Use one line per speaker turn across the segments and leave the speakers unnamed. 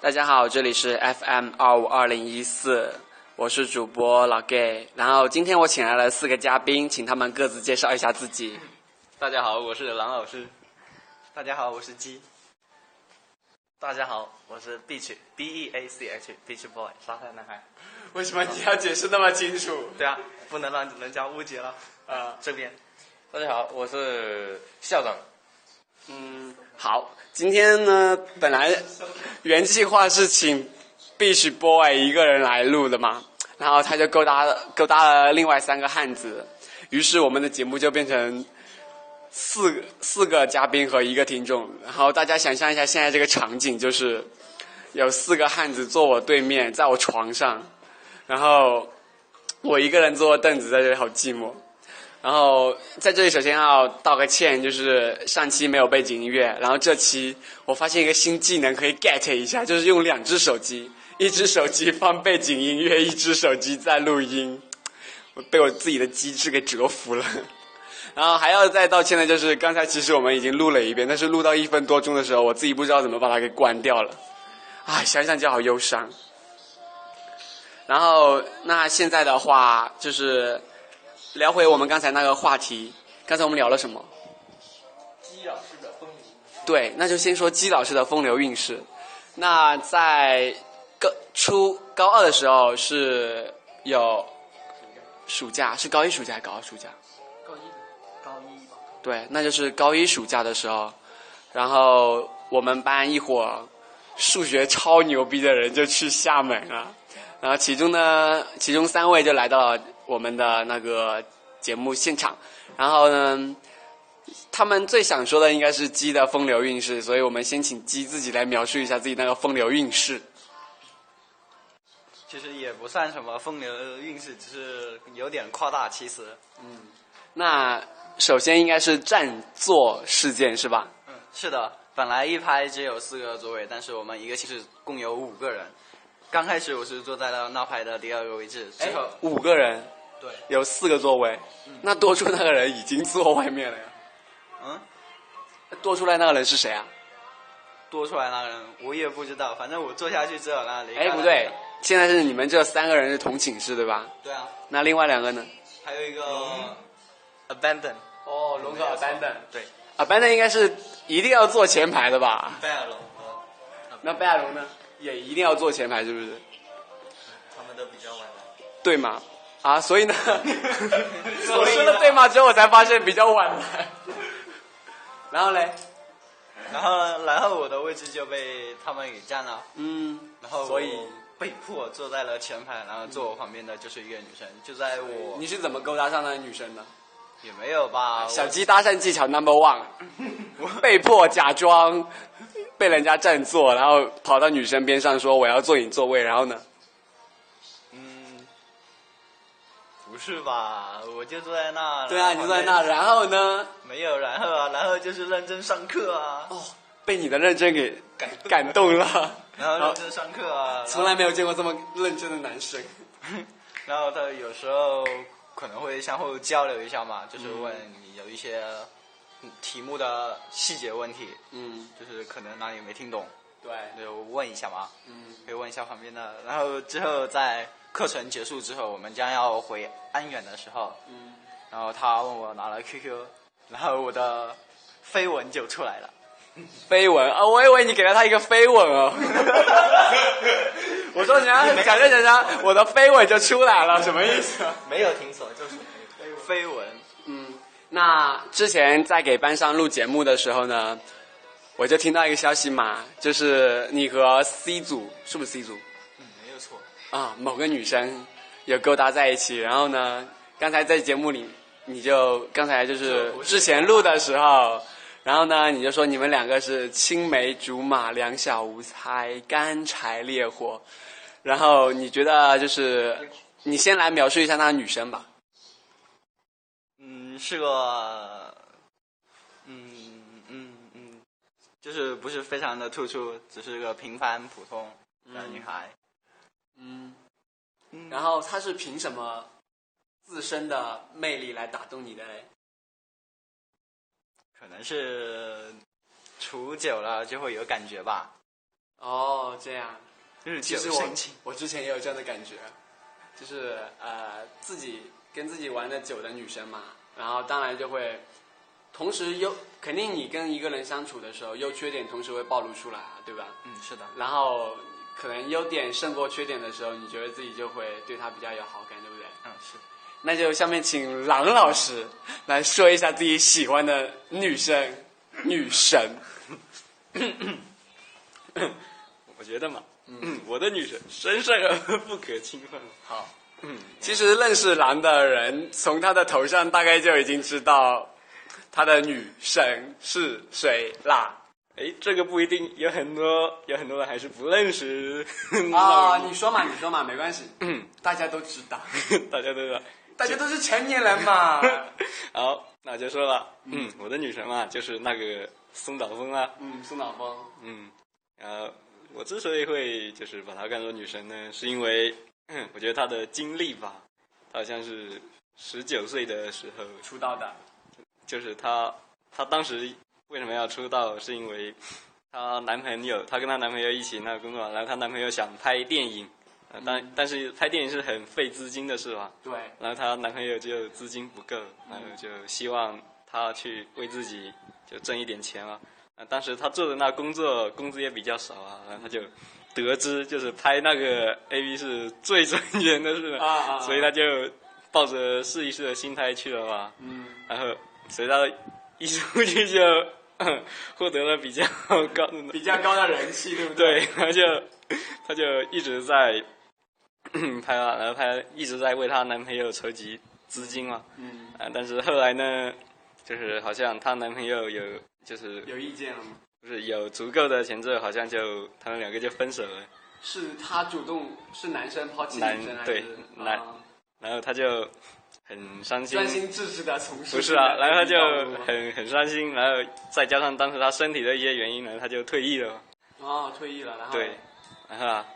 大家好，这里是 FM 二五二零一四，我是主播老 gay。然后今天我请来了四个嘉宾，请他们各自介绍一下自己。
大家好，我是郎老师。
大家好，我是鸡。
大家好，我是 Beach B E A C H Beach Boy 沙滩男孩。
为什么你要解释那么清楚？
对啊，不能让人家误解了。呃
啊、
这边
大家好，我是校长。
嗯，好，今天呢，本来原计划是请 Beach Boy 一个人来录的嘛，然后他就勾搭了勾搭了另外三个汉子，于是我们的节目就变成四个四个嘉宾和一个听众。然后大家想象一下现在这个场景，就是有四个汉子坐我对面，在我床上，然后我一个人坐凳子在这里，好寂寞。然后在这里首先要道个歉，就是上期没有背景音乐，然后这期我发现一个新技能可以 get 一下，就是用两只手机，一只手机放背景音乐，一只手机在录音，我被我自己的机智给折服了。 然后还要再道歉的就是刚才其实我们已经录了一遍，但是录到一分多钟的时候，我自己不知道怎么把它给关掉了，唉，想想就好忧伤。然后那现在的话就是。聊回我们刚才那个话题，刚才我们聊了什么？
基
啊
老师的风铃。
对，那就先说姬老师的风流韵事。那在高初高二的时候是有暑假，是高一暑假还是高二暑假？
高一，高一吧。
对，那就是高一暑假的时候，然后我们班一伙数学超牛逼的人就去厦门了，然后其中呢，其中三位就来到了我们的那个节目现场，然后呢，他们最想说的应该是鸡的风流韵事，所以我们先请鸡自己来描述一下自己那个风流韵事。
其实也不算什么风流韵事，只是有点夸大其词。
那首先应该是占座事件是吧？
嗯，是的，本来一排只有四个座位，但是我们一个寝室共有五个人。刚开始我是坐在了那排的第二个位置，
哎
之后
哎
五个人
对，
有四个座位，那多出那个人已经坐外面了呀。
嗯，
多出来那个人是谁啊？
多出来那个人我也不知道，反正我坐下去只有那里。
哎，不对，现在是你们这三个人是同寝室对吧？
对啊，
那另外两个呢？
还有一个、
Abandon，
哦，龙哥嗯 abandon，
对
abandon 应该是一定要坐前排的吧？
贝尔龙，
那贝亚龙呢？也一定要坐前排是不是？
他们都比较晚来。
对吗？啊，所以 呢，我说了对吗？之后我才发现比较晚来。 然后嘞，
然后，然后我的位置就被他们给占了。
嗯，
然后
所以
我被迫坐在了前排，然后坐我旁边的就是一个女生，就在
嗯
我
你是怎么勾搭上那个女生的？
也没有吧，
小鸡搭讪技巧 number one，被 迫假装被人家占座，然后跑到女生边上说我要坐你座位，然后呢，
嗯，不是吧，我就坐在那，
对啊，
然
你
后
坐在那，
旁边
然后呢，
没有然后啊，然后就是认真上课啊，
哦，被你的认真给感动了，
然后认真上课啊，
从来没有见过这么认真的男生，
然后他有时候可能会相互交流一下嘛，就是问
嗯
你有一些题目的细节问题，
嗯，
就是可能哪里没听懂，
对，
就问一下嘛。
嗯，
可以问一下旁边的。然后之后在课程结束之后，我们将要回安远的时候，
嗯，
然后他问我拿了 QQ，然后我的绯闻就出来了。
飞吻啊、我以为你给了他一个飞吻 哦， 我说你要讲着讲啊着，我的飞吻就出来了，什么意思啊？
没有听错，就是
绯闻，
那之前在给班上录节目的时候呢，我就听到一个消息嘛，就是你和 C 组是不是 C 组
嗯，没有错。
啊？某个女生有勾搭在一起，然后呢，刚才在节目里你就刚才就是之前录的时候，然后呢你就说你们两个是青梅竹马，两小无猜，干柴烈火，然后你觉得就是你先来描述一下那个女生吧。
嗯，是个，嗯嗯嗯，就是不是非常的突出，只是个平凡普通
嗯
的女孩。
嗯。
嗯
然后他是凭什么自身的魅力来打动你的嘞？
可能是处久了就会有感觉吧。
哦，这样。
嗯
日
其
久
实我
生情。
我之前也有这样的感觉，就是呃自己跟自己玩的久的女生嘛，然后当然就会同时优，肯定你跟一个人相处的时候，优缺点同时会暴露出来啊，对吧？
嗯，是的，
然后可能优点胜过缺点的时候，你觉得自己就会对他比较有好感，对不对？
嗯是。
那就下面请郎老师来说一下自己喜欢的女生女神。
我觉得嘛，嗯，我的女神神圣而不可侵犯。
好，嗯，其实认识狼的人，从他的头上大概就已经知道他的女神是谁啦。
哎，这个不一定，有很多有很多人还是不认识
啊，你说嘛，你说嘛，没关系，嗯，大家都知道，
大家都知道。
大家都是成年人 嘛。
好，那就说了，嗯，我的女神嘛，就是那个松岛枫啊，
嗯，宋晓峰，
嗯，呃，我之所以会就是把她看作女神呢，是因为嗯我觉得她的经历吧，她好像是十九岁的时候
出道的，
就是她，她当时为什么要出道？是因为她男朋友，她跟她男朋友一起那个工作嘛，然后她男朋友想拍电影，呃但但是拍电影是很费资金的事吧，
对，
然后她男朋友就资金不够，然后就希望她去为自己就挣一点钱嘛。啊，当时她做的那工作工资也比较少啊，然后她就得知就是拍那个 AV 是最赚钱的事，
啊啊啊
所以她就抱着试一试的心态去了嘛。
嗯，
然后随到一出去就 获得了比较高的
比较高的人气，对不对？
对，他就他就一直在 拍啊，然后他一直在为她男朋友筹集资金嘛。
嗯，
啊，但是后来呢，就是好像她男朋友有就是
有意见了吗？
不是有足够的钱之后，好像就他们两个就分手了。
是他主动，是男生抛弃
男
女生，还
对
是
男
啊
然后他就很伤心
专，心致志的从事？
不是啊，然后他就
啊
很很伤心，然后再加上当时他身体的一些原因呢，他就退役了嘛。，
哦退役了，然后
对，然后啊，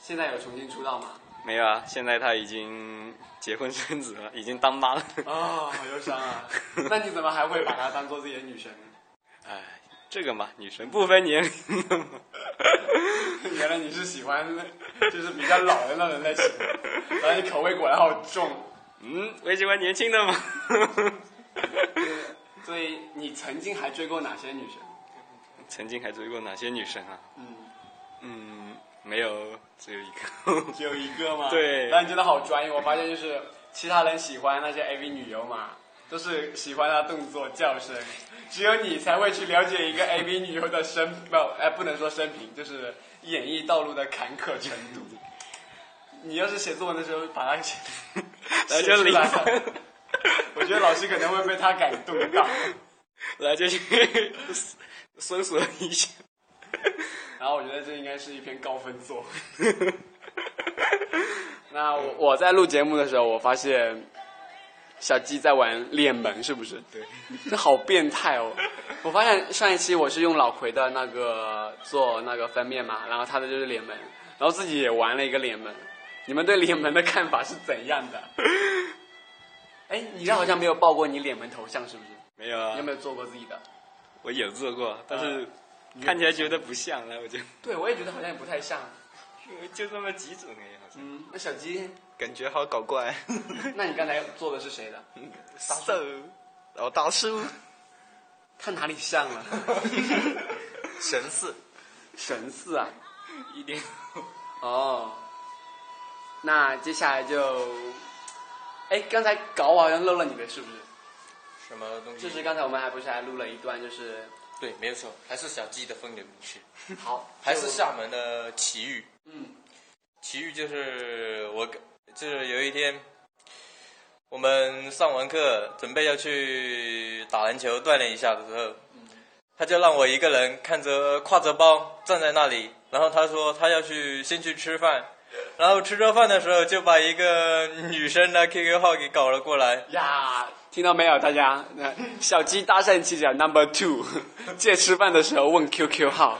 现在有重新出道吗？
没有啊，现在他已经结婚生子了，已经当妈了。
啊，好忧伤 啊！那你怎么还会把她当做自己的女神呢？
哎，这个嘛，女神不分年龄的嘛。
原来你是喜欢，就是比较老的那种 类型，然后你口味果然好重。
嗯，我喜欢年轻的嘛。
所以你曾经还追过哪些女神？
曾经还追过哪些女神啊？
嗯，
嗯，没有，只有一 个。
只有一个吗？
对
那你真的好专业。我发现就是其他人喜欢那些 AV 女优嘛，都是喜欢她动作叫声，只有你才会去了解一个 AV 女优的生，不，哎，不能说生平，就是演艺道路的坎坷程度。你要是写作文的时候把它写，
然后
写
就
出
零
来
分，
我觉得老师可能会被他感动到。
然后就去 搜索一下。
然后我觉得这应该是一篇高分 作。那我我在录节目的时候，我发现小鸡在玩脸门，是不是？对，这好变态哦！我发现上一期我是用老葵的那个做那个封面嘛，然后他的就是脸门，然后自己也玩了一个脸门。你们对脸门的看法是怎样 的？哎，你这好像没有报过你脸门头像，是不是？
没有啊
嗯
你有，没有做过自己的？
我有做过，但是
啊
看起来觉得不像，然后我就
对，我也觉得好像也不太像。
嗯
就这么几种哎，好像
嗯，那小鸡
感觉好搞怪。
嗯
那你刚才做的是谁的？
so，老 大叔，
他哪里像 了？
神似，
神似啊！
一点。
哦，那接下来就，哎，刚才搞我好像漏了你的，是不是？
什么东西？
就是刚才我们还不是还录了一段，就是
对，没有错，还是小鸡的风流韵事，
好，
还是
就
厦门的奇遇。
嗯
奇遇就是我跟，就是有一天，我们上完课准备要去打篮球锻炼一下的时候，
嗯
他就让我一个人看着挎着包站在那里，然后他说他要去先去吃饭，然后吃着饭的时候就把一个女生的 QQ 号给搞了过来，
呀，听到没有，大家？那小鸡搭讪记者 Number Two，借吃饭的时候问 QQ 号，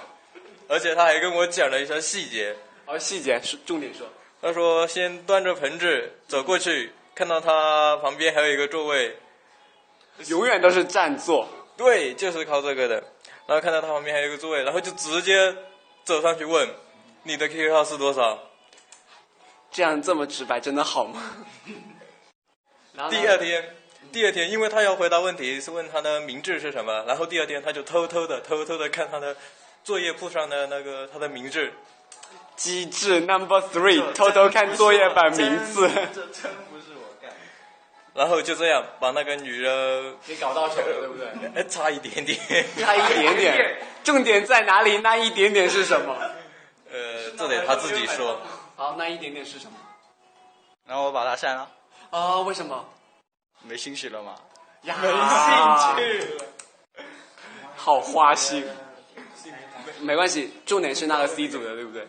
而且他还跟我讲了一些细节，
而细节是重点说。
他说先端着盆子走过去，看到他旁边还有一个座位，
永远都是占座，
对，就是靠这个的。然后看到他旁边还有一个座位，然后就直接
走上去问你的 QQ 号是多少。
这样这么直白，真的好吗？ 然后呢
第二天，第二天，因为他要回答问题是问他的名字是什么，然后第二天他就偷偷的、偷偷的看他的作业簿上的那个他的名字，
机智 number three，偷 偷看作业本名 字，
这真不是我干的。
然后就这样把那个女的，
给搞到手了，对不对？
哎，差一点 点，
差一点点。重点在哪里？那一点点是什么？
呃，这得他自己说。
好，那一点点是什么？
然后我把他删了，
啊、为什么？
没兴趣了嘛。
呀，
没兴趣了。
好花心。没关系，重点是那个 C 组的，对不对？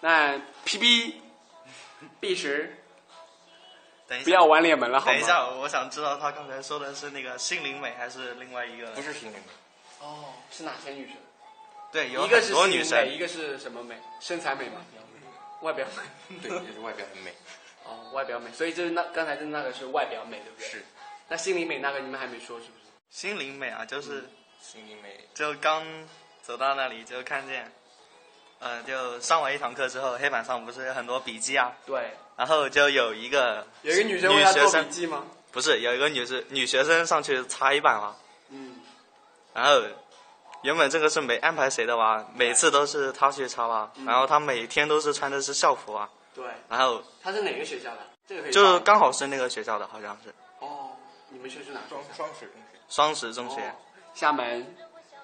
那 PB B 十，
等一下，
不要玩脸门了，好
等一
吗？
下，我想知道他刚才说的是那个心灵美还是另外一个？
不，是心灵，
哦，是哪些女生？
对，有
一个
很
是
多
心
女
灵
生
美，一个是什么美？身材美吗？外表美。
对，就是外表很美，
哦，外表美，所以就是那刚才就是那个是外表美，对不对？
是。
那心灵美那个你们还没说是不是？
心灵美啊，就是、
嗯
心灵美，
就刚走到那里就看见，呃，就上完一堂课之后，黑板上不是有很多笔记啊，
对，
然后就有一个
有一个女生为他
女学
做
生
笔记吗？
不是有一个女生女学生上去擦黑板了，
嗯，
然后原本这个是没安排谁的吧，每次都是她去擦吧，
嗯
然后她每天都是穿的是校服啊，
对，
然后
她是哪个学校的？这个可以报
就刚好是那个学校的，好像是
哦，你们学是哪个学
双
校？
双水中学，
双十中学
哦，厦门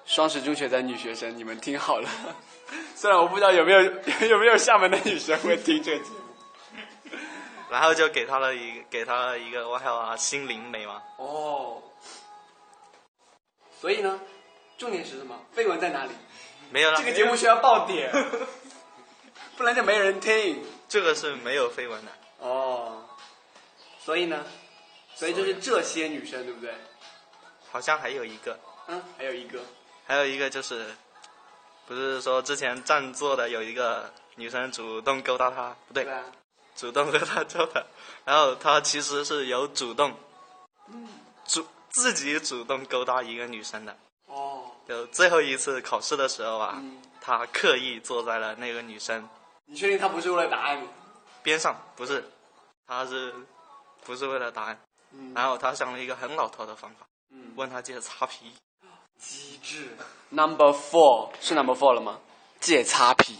双十中学的女学生，你们听好了。 虽然我不知道有没 有有没有厦门的女生会听这个节目。
然后就给她了一给她了一个外号啊，心灵美嘛，
哦，所以呢，重点是什么？绯闻在哪里？
没有了，
这个节目需要爆点，不然就没人听。
这个是没有绯闻的，
哦，所以呢，所以就是这些女生，对不对？
好像还有一个。
嗯，还有一个
还有一个就是，不是说之前占座的有一个女生主动勾搭他，不对，
吧？
主动勾搭之后的，然后他其实是有主动，主自己主动勾搭一个女生的。
哦，
就最后一次考试的时候啊，
嗯
他刻意坐在了那个女生
你确定她不是为了答案吗？
边上，不是，他是不是为了答案？
嗯
然后他想了一个很老套的方法，
嗯，
问他借擦皮。
机智。Number four 是 Number four 了吗？借擦皮。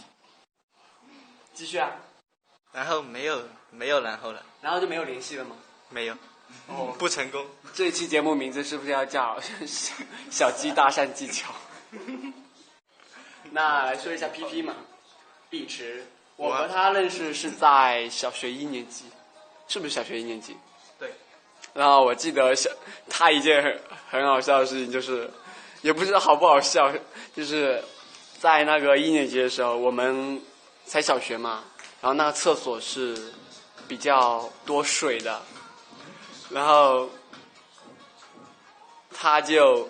继续啊，
然后没有没有然后了，
然后就没有联系了吗？
没有，
哦
不成功。
这期节目名字是不是要叫 小“小鸡搭讪技巧”？那来说一下 PP 嘛，碧池，我和他认识是在小学一年级，是不是小学一年级？
对。
然后我记得小他一件很很好笑的事情，就是也不知道好不好笑，就是在那个一年级的时候，我们才小学嘛，然后那个厕所是比较多水的，然后他就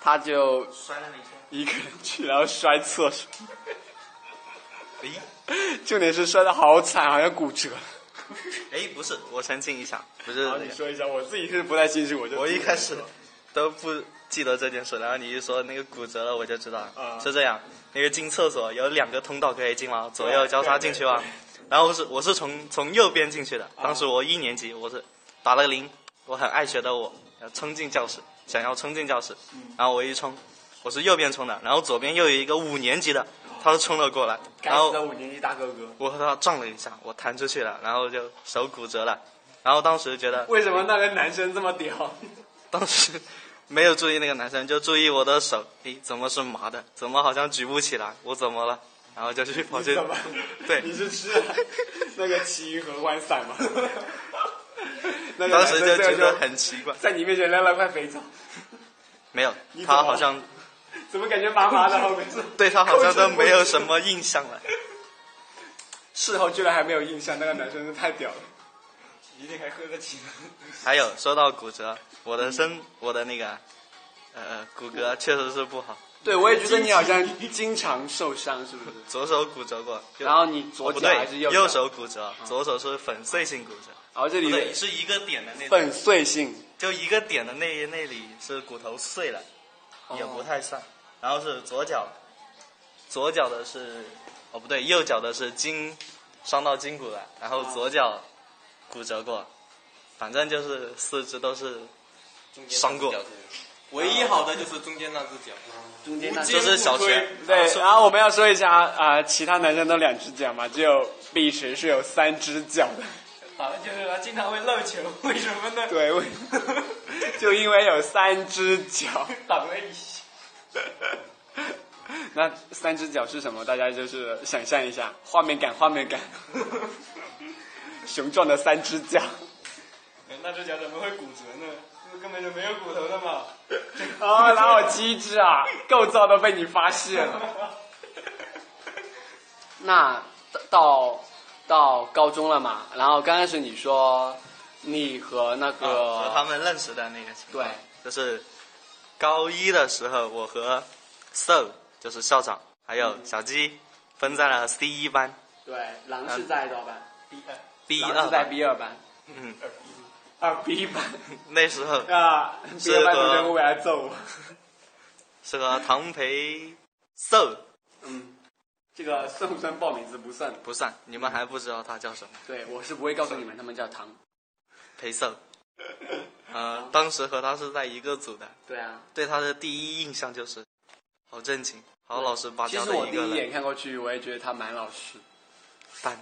他就
摔了一圈。
一个人去，然后摔厕所，
诶
重点是摔的好惨，好像骨折。
诶，不是，我澄清一下，不是
然后
那
你
个，
说一下，我自己是不太清楚，我就
我一开始都不记得这件事，然后你一说那个骨折了，我就知道了、
啊
是这样。那个进厕所有两个通道可以进嘛，左右交叉进去嘛。然后是我是从从右边进去的，
啊
当时我一年级，我是打了个零，我很爱学的我，要冲进教室，想要冲进教室，
嗯
然后我一冲，我是右边冲的，然后左边又有一个五年级的，他冲了过来，然
该死
后
的五年级大哥哥。
我和他撞了一下，我弹出去了，然后就手骨折了。然后当时觉 得，
为什么那个男生这么屌？
当时没有注意那个男生，就注意我的手，诶，怎么是麻的？怎么好像举不起来？我怎么了？然后就去跑去
怎么，？
对
你是吃了那个奇云合欢散 吗？那个
当
男
时
生
就
最后
觉得很奇怪。
在你面前扔了块肥皂，
没有
你，怎么
他
了
好像
怎么感觉麻麻的？后面
对他好像都没有什么印象了。
事后居然还没有印象，那个男生是太屌了。
一定还喝得起。
还有说到骨折，我
嗯
的身，我的那个，呃，骨骼确实是不好，
对，我也觉得你好像经常受伤，是不是？
左手骨折过，就
然后你左
哦不
脚嗯
对
还是，右
右手骨折，左手是粉碎性骨折，
然后这
不
里
对，是一个点的那种。
粉碎性，
就一个点的那
哦
那里是骨头碎了，也不太算。然后是左脚，
左脚的是，哦不对，右脚的是筋伤到筋骨了，然后左脚骨折过，反正就是四肢都是
中间
伤过
那只脚是唯一好的就是中间那只 脚，
中间
无
那
坚
这是小
不摧
学
对，然后我们要啊说一下啊、其他男生都两只脚嘛，只有碧池是有三只脚 的。
打篮球的时候经常会漏球，为什么呢？
对， 为就因为有三只脚。
挡了一下，
那三只脚是什么？大家就是想象一下，画面感，画面 感。雄壮的三只 脚。
那只脚怎么会骨折呢？这根本就没有骨头的嘛。
啊，哪有机智啊？构造都被你发现了。那到到高中了嘛，然后刚开始你说你和那个、
啊
和他们认识的那个情况
对，
就是高一的时候，我和 So 就是校长，还有小鸡分在了 C 一班
对，狼是在多少班？
B
狼
二
是在
班，
B 二班，
嗯，
二 B 班
那时候
啊，B
是
二班
和
同学会来揍我。
是和唐培 So
嗯，这个算不算报名字不算，
不算，你们还不知道他叫什么，
对我是不会告诉你们，他们叫唐。
裴 So。呃，当时和他是在一个组的，
对啊，
对他的第一印象就是好正经、好老实巴
其
交
实
的
我
一
第
个
一
人。
眼看过去，我也觉得他蛮老实。
但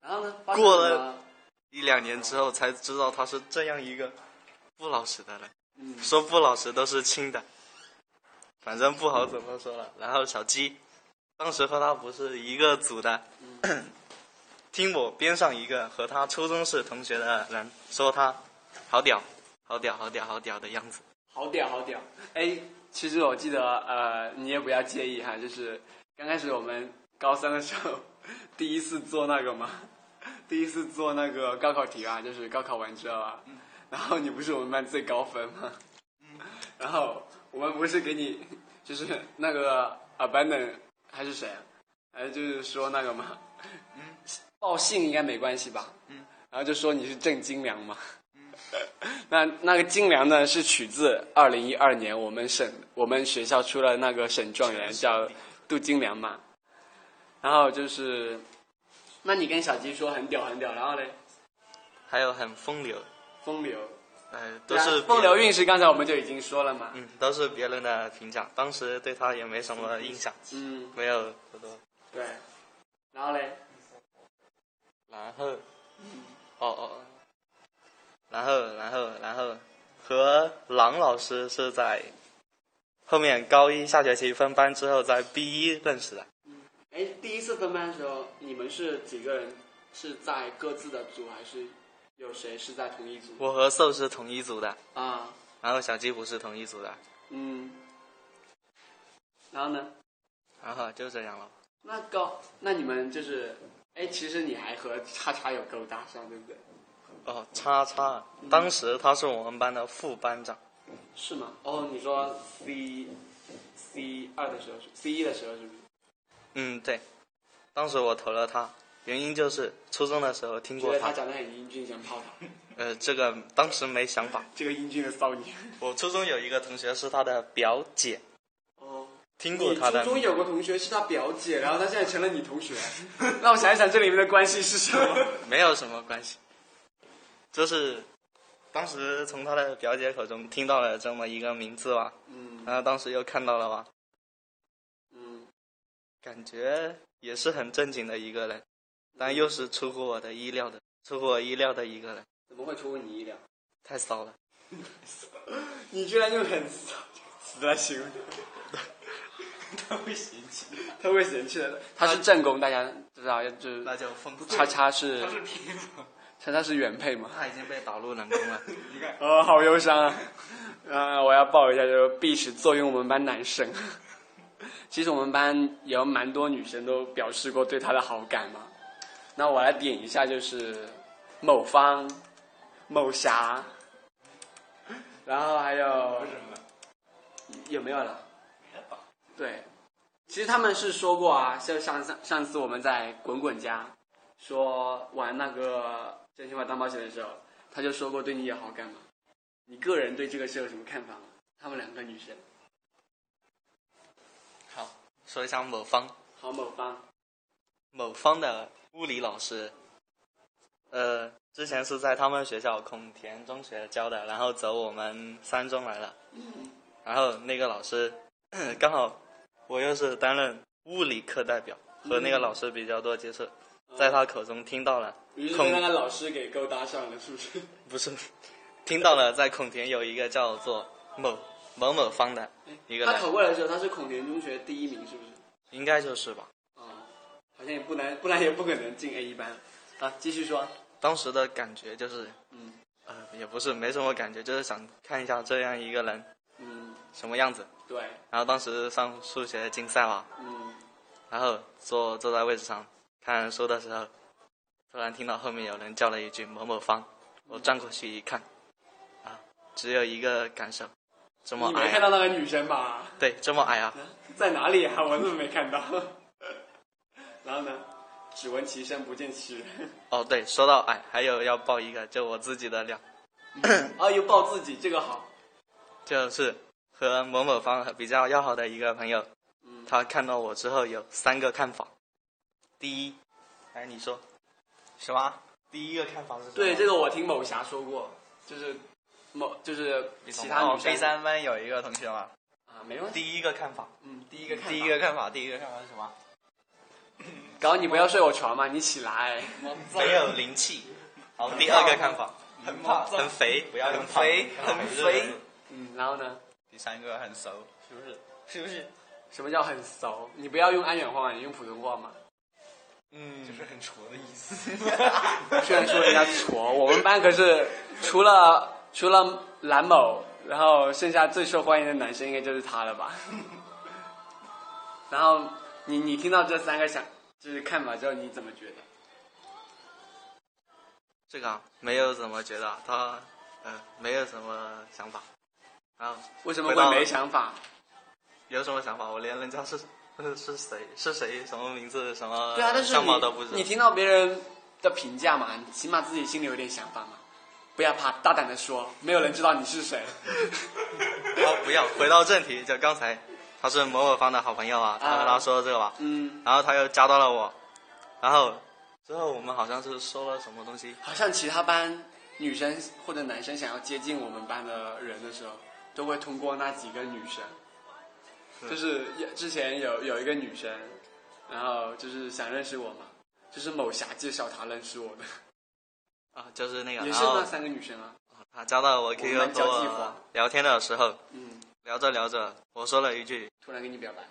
然后呢，发生
过
什
了
么
一两年之后才知道他是这样一个不老实的人，
嗯
说不老实都是轻的，反正不好怎么说了。然后小鸡，当时和他不是一个组的，
嗯
听我边上一个和他初中是同学的人说他好屌，好屌，好屌，好屌的样子。
好屌，好屌！哎，其实我记得，呃，你也不要介意哈，就是刚开始我们高三的时候， 第一次做那个嘛， 第一次做那个高考题啊，就是高考完之后啊，然后你不是我们班最高分吗？嗯 然后我们不是给你， 就是那个 abandon 还是谁啊？哎，就是说那个嘛，嗯报信应该没关系吧？然后就说你是郑金良嘛。那那个金良呢，是取自二零一二年我们省我们学校出了那个省状元叫杜金良嘛。然后就是，那你跟小鸡说很屌很屌，然后嘞，
还有很风流，
风流，啊
呃，都是
风流
别，
韵事，刚才我们就已经说了嘛。
嗯，都是别人的评价，当时对他也没什么印象，
嗯，
没有多多。
对。然后嘞，
然后，哦哦，哦然后然后然后和郎老师是在后面高一下学期分班之后，在 B 一认识的，
哎，第一次分班的时候，你们是几个人？是在各自的组，还是有谁是在同一组？
我和寿是同一组的，
啊，
然后小鸡不是同一组的，
嗯。然后呢？
然后就这样了。
那高，那你们就是，哎，其实你还和叉叉有勾搭上，对不对？
哦，叉叉，当时他是我们班的副班长，
是吗？哦，你说 C C 二的时候是 C 一的时候是不是？
嗯，对，当时我投了他，原因就是初中的时候听
觉
过
得他长得很英俊，想泡他。
呃，这个当时没想法。
这个英俊的骚年。
我初中有一个同学是他的表姐，
哦，
听过
你
他
初
的
中有个同学是他表姐，然后他现在成了你同学。 那我想一想，这里面的关系是什 么？
没有什么关系，就是当时从他的表姐口中听到了这么一个名字吧，
嗯
然后当时又看到了吧，
嗯，
感觉也是很正经的一个人，但又是出乎我的意料的，出乎我意料的一个人，
怎么会出乎你意料？
太骚了。
你居然用很骚死来形 容。他会嫌弃，他会嫌弃的。他是正宫，大家知道，就是
那就封
叉叉是
是皮肤。
叉叉是原配吗？
他已经被打入冷宫 了。
呃，好忧伤啊！呃，我要报一下，就是必使作用我们班男生。 其实我们班有蛮多女生都表示过对他的好感嘛。那我来点一下，就是某方、某霞，然后还有有没有了？对，其实他们是说过啊，就上上上次我们在滚滚家说玩那个真心话大冒险的时候，他就说过对你有好感嘛。你个人对这个事有什么看法吗？他们两个女生，
好，
说一下某方
好某方，
某方的物理老师，呃，之前是在他们学校孔田中学教的，然后走我们三中来了，然后那个老师 刚好我又是担任物理课代表，和那个老师比较多接触，在他口中听到了
于是
孔
被那个老师给勾搭上了，是不是？
不是， 听到了在孔田有一个叫做某某某方的一个
他
人
考，过来的时候，他是孔田中学第一名，是不是？
应该就是吧。
啊，好像也不难，不然也不可能进 A 一班。啊，继续说。
当时的感觉就是，
嗯
呃，也不是没什么感觉，就是想看一下这样一个人
嗯，
什么样子。
对，
然后当时上数学竞赛嘛，
嗯，
然后坐坐在位置上看书的时候，突然听到后面有人叫了一句“某某方”，我转过去一看，啊，只有一个感受，这么
你没
矮
看
啊、
到那嗯个女生吧？
对，这么矮啊，
在哪里啊？我怎么没看到？然后呢？只闻其声不见其人。
哦，对，说到矮，还有要爆一个，就我自己的料，
啊，又抱自己，这个好。
就是和某某方比较要好的一个朋友，
嗯
他看到我之后有三个看法。第一，哎，你说什么？第一个看法是什么？
对，这个我听某侠说过，就是某就是其他
哦
女生、
，B 三班有一个同学嘛，
啊，没问题。
第一个看法，
嗯，第一个看
第一个看法，第一个看法是什么？
搞你不要睡我床嘛，你起来。
没有灵气。好，第二个看法，
很怕，
很肥，不要
很肥，很肥。
嗯，然后呢？
第三个很熟，是不是？是不是？
什么叫很熟？你不要用安远话嘛，你用普通话嘛。
嗯，就是很挫的意思。
虽然说人家挫，我们班可 是除了除了蓝某，然后剩下最受欢迎的男生应该就是他了 吧？然后你你听到这三个想就是看法之后，你怎么觉得？
这个啊没有怎么觉得啊他，呃，没有什么想法。然后
为什么
回到
会没想法？
有什么想法？我连人家是 是是谁是谁什么名字什么
对啊，但是
呃相貌都不知
你
道
你。听到别人的评价嘛，你起码自己心里有点想法嘛，不要怕，大胆的说，没有人知道你是 谁。
好，哦不要回到正题，就刚才他是某某方的好朋友啊，他和他说这个吧，
嗯，
然后他又加到了我，然后之后我们好像是说了什么东西，
好像其他班女生或者男生想要接近我们班的人的时候，都会通过那几个女生。就是有之前有有一个女生，然后就是想认识我嘛，就是某侠介绍她认识我的，
啊，就是那个，
也
然
是
后
那三个女生啊。
他加到
我
我
们
QQ
交
和
际花
我聊天的时候，
嗯，
聊着聊着，我说了一句，
突然跟你表白，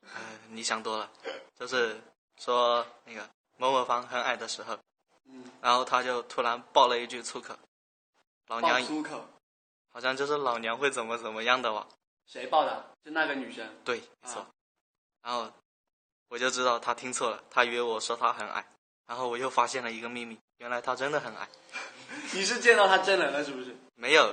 呃，你想多了，就是说那个某某方很矮的时候，
嗯，
然后他就突然爆了一句粗口，老
爆
娘
粗口，
好像就是老娘会怎么怎么样的吧。
谁爆的？就那个女生。
对，没错。
啊
然后我就知道他听错了，他约我说他很矮，然后我又发现了一个秘密，原来他真的很矮。
你是见到她真人了是不是？
没有，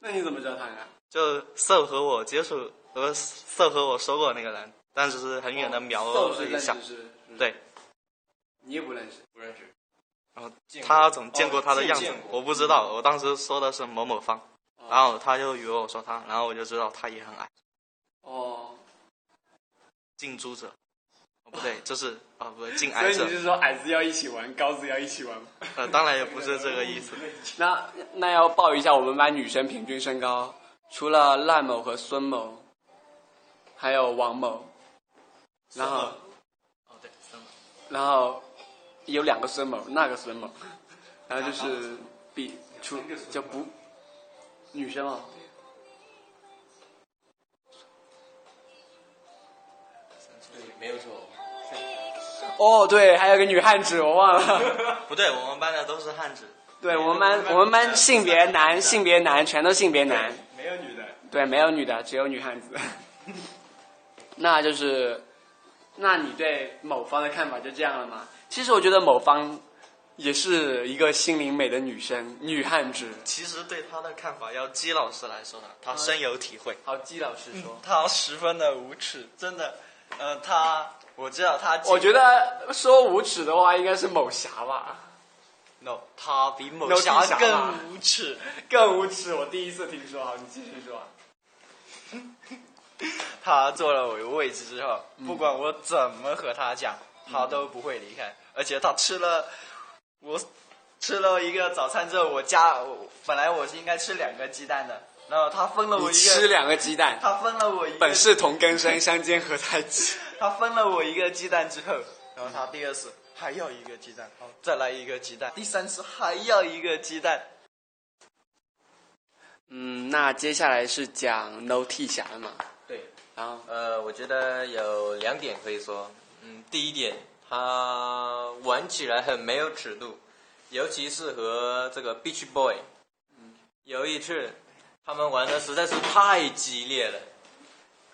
那你怎么知道她呀？
就 s 和我接触，呃 s 和我说过那个人，但只是很远的瞄
哦
了
是
一下
认。识是，嗯
对，
你也不认识。
不认识。
然后
见过
他总见过他的
哦
样子
见，过
我不知
嗯
道，我当时说的是某某方，然后他就以为我说他，然后我就知道他也很矮，
哦，
近朱者。哦，不对，这是啊，不是近
所
矮
以
者
你，是说矮子要一起玩，高子要一起玩吗？
呃，当然也不是这个意思。
那那要报一下我们班女生平均身高，除了赖某和孙某，还有王某，然后，哦对，孙某，然后有两个孙某，那个孙某，然后就是比除就不女生哦，
对，没有错。
哦对，还有个女汉子，我忘了。
不对，我们班的都是汉子，
对我们班，我们班性别男，性别男，全都性别男。
没有女的，
对，没有女的，只有女汉 子。那就是，那你对某方的看法就这样了吗？其实我觉得某方也是一个心灵美的女生，女汉子。
其实对他的看法，要姬老师来说呢，他深有体会。
好，姬老师说，
他十分的无耻，真的，呃，他我知道他，
我觉得说无耻的话应该是某侠吧，
no，他比某
No，
侠
地侠吧
更无耻。
更无耻，我第一次听说。好，你继续说。
他坐了我的位置之后，不管
嗯
我怎么和他讲，他都不会离开。而且他吃了我吃了一个早餐之后，我加我本来我是应该吃两个鸡蛋的，然后他分了我
你
一个，
吃两个鸡蛋，
他分了我一个，
本是同根生，相煎何太急。
他分了我一个鸡蛋之后，然后他第二次还要一个鸡蛋，好再来一个鸡蛋，第三次还要一个鸡蛋。
嗯，那接下来是讲 No T 侠了嘛？啊
对，
然后
呃，我觉得有两点可以说。嗯，第一点，他玩起来很没有尺度，尤其是和这个 Beach Boy，有嗯一次他们玩的实在是太激烈了，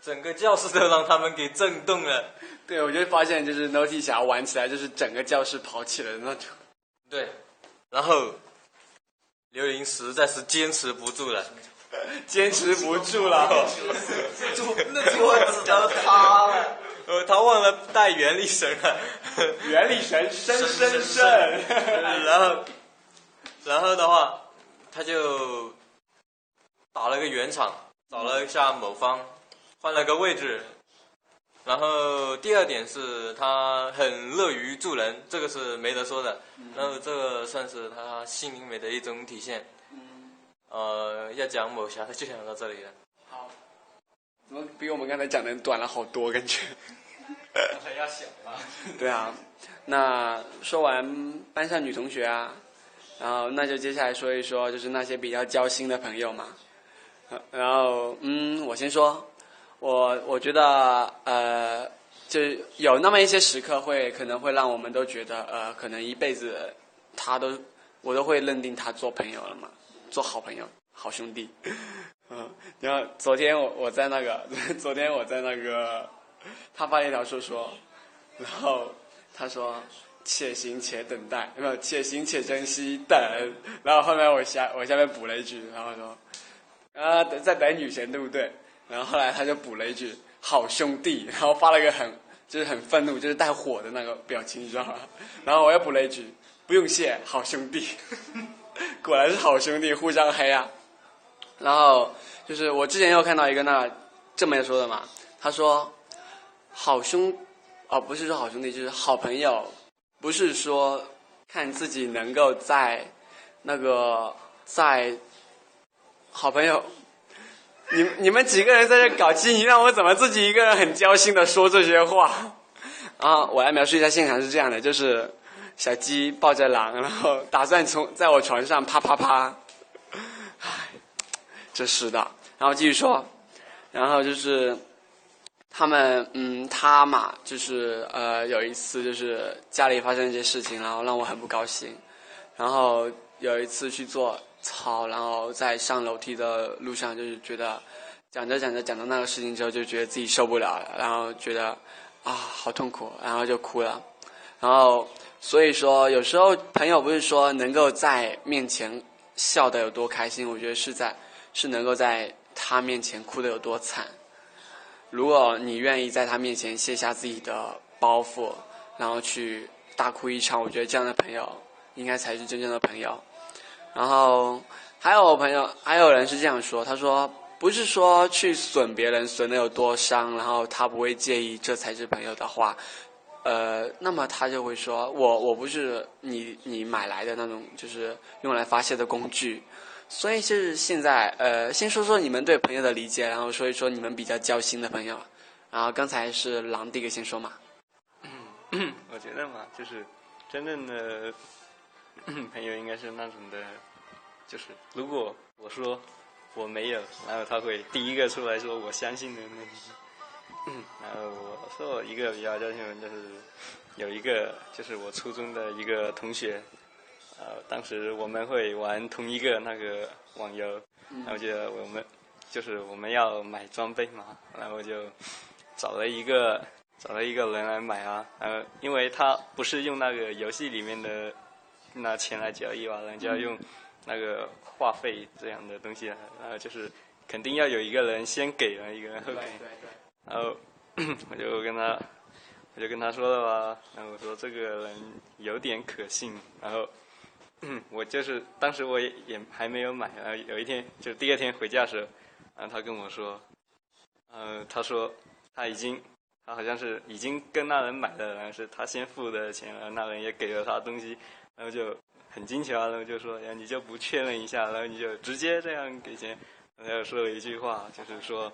整个教室都让他们给震动了。
对我就发现就是 No T 侠玩起来就是整个教室跑起来的那种。
对，然后刘莹实在是坚持不住了，
坚持不住了，
我只得他了。
呃，他忘了带原力绳了。
原力神生生胜。
然后，然后的话，他就打了个圆场，找了一下某方，换了个位置。然后第二点是他很乐于助人，这个是没得说的。
嗯
然后这个算是他心灵美的一种体现。
嗯
呃，要讲某侠就讲到这里了。
怎么比我们刚才讲的短了好多？感觉。
刚才要想啊，
对啊，那说完班上女同学啊，然后那就接下来说一说，就是那些比较交心的朋友嘛。呃然后，嗯，我先说，我我觉得呃，就有那么一些时刻会可能会让我们都觉得呃，可能一辈子他都我都会认定他做朋友了嘛，做好朋友、好兄弟。 嗯，然后昨天我我在那个， 昨天我在那个，他发了一条说说，然后他说：“且行且等待，没有且行且珍惜等。”然后后面我下我下面补了一句，然后说：“啊、等在等女神对不对？”然后后来他就补了一句：“好兄弟。”然后发了个很就是很愤怒，就是带火的那个表情，你知道吗？然后我又补了一句：“不用谢，好兄弟。”果然是好兄弟，互相黑啊。然后就是我之前又看到一个那这么说的嘛，他说：“好兄哦，不是说好兄弟，就是好朋友，不是说看自己能够在那个在好朋友，你你们几个人在这搞基，你让我怎么自己一个人很交心的说这些话？啊，我来描述一下现场是这样的，就是小鸡抱着狼，然后打算从在我床上啪啪啪，唉，这是的。然后继续说，然后就是。他们嗯，他嘛，就是呃，有一次就是家里发生一些事情，然后让我很不高兴。然后有一次去做操，然后在上楼梯的路上，就是觉得讲着讲着讲到那个事情之后，就觉得自己受不了了，然后觉得啊好痛苦，然后就哭了。然后所以说，有时候朋友不是说能够在面前笑得有多开心，我觉得是在是能够在他面前哭得有多惨。如果你愿意在他面前卸下自己的包袱，然后去大哭一场，我觉得这样的朋友应该才是真正的朋友。然后还有朋友，还有人是这样说，他说不是说去损别人损的有多伤，然后他不会介意，这才是朋友的话。呃，那么他就会说，我我不是你你买来的那种，就是用来发泄的工具。所以就是现在，呃，先说说你们对朋友的理解，然后说一说你们比较交心的朋友。然后刚才是狼第一个先说嘛，
我觉得嘛，就是真正的 朋友应该是那种的，就是如果我说我没有，然后他会第一个出来说我相信的那种。
嗯
然后我说我一个比较交心的人就是有一个就是我初中的一个同学，呃，当时我们会玩同一个那个网游，
嗯
然后就我们就是我们要买装备嘛，然后就找了一个找了一个人来买啊，呃，因为他不是用那个游戏里面的那钱来交易吧，人家用那个话费这样的东西来，然后就是肯定要有一个人先给了一个人后给，然后 我就跟他我就跟他说了吧，然后我说这个人有点可信，然后。 我就是当时我也也还没有买，然后有一天就是第二天回家的时候，然后他跟我说，啊、呃，他说他已经，他好像是已经跟那人买了，然后是他先付的钱，然后那人也给了他东西，然后就很金钱啊，然后就说，哎呀，你就不确认一下，然后你就直接这样给钱，然后说了一句话，就是说，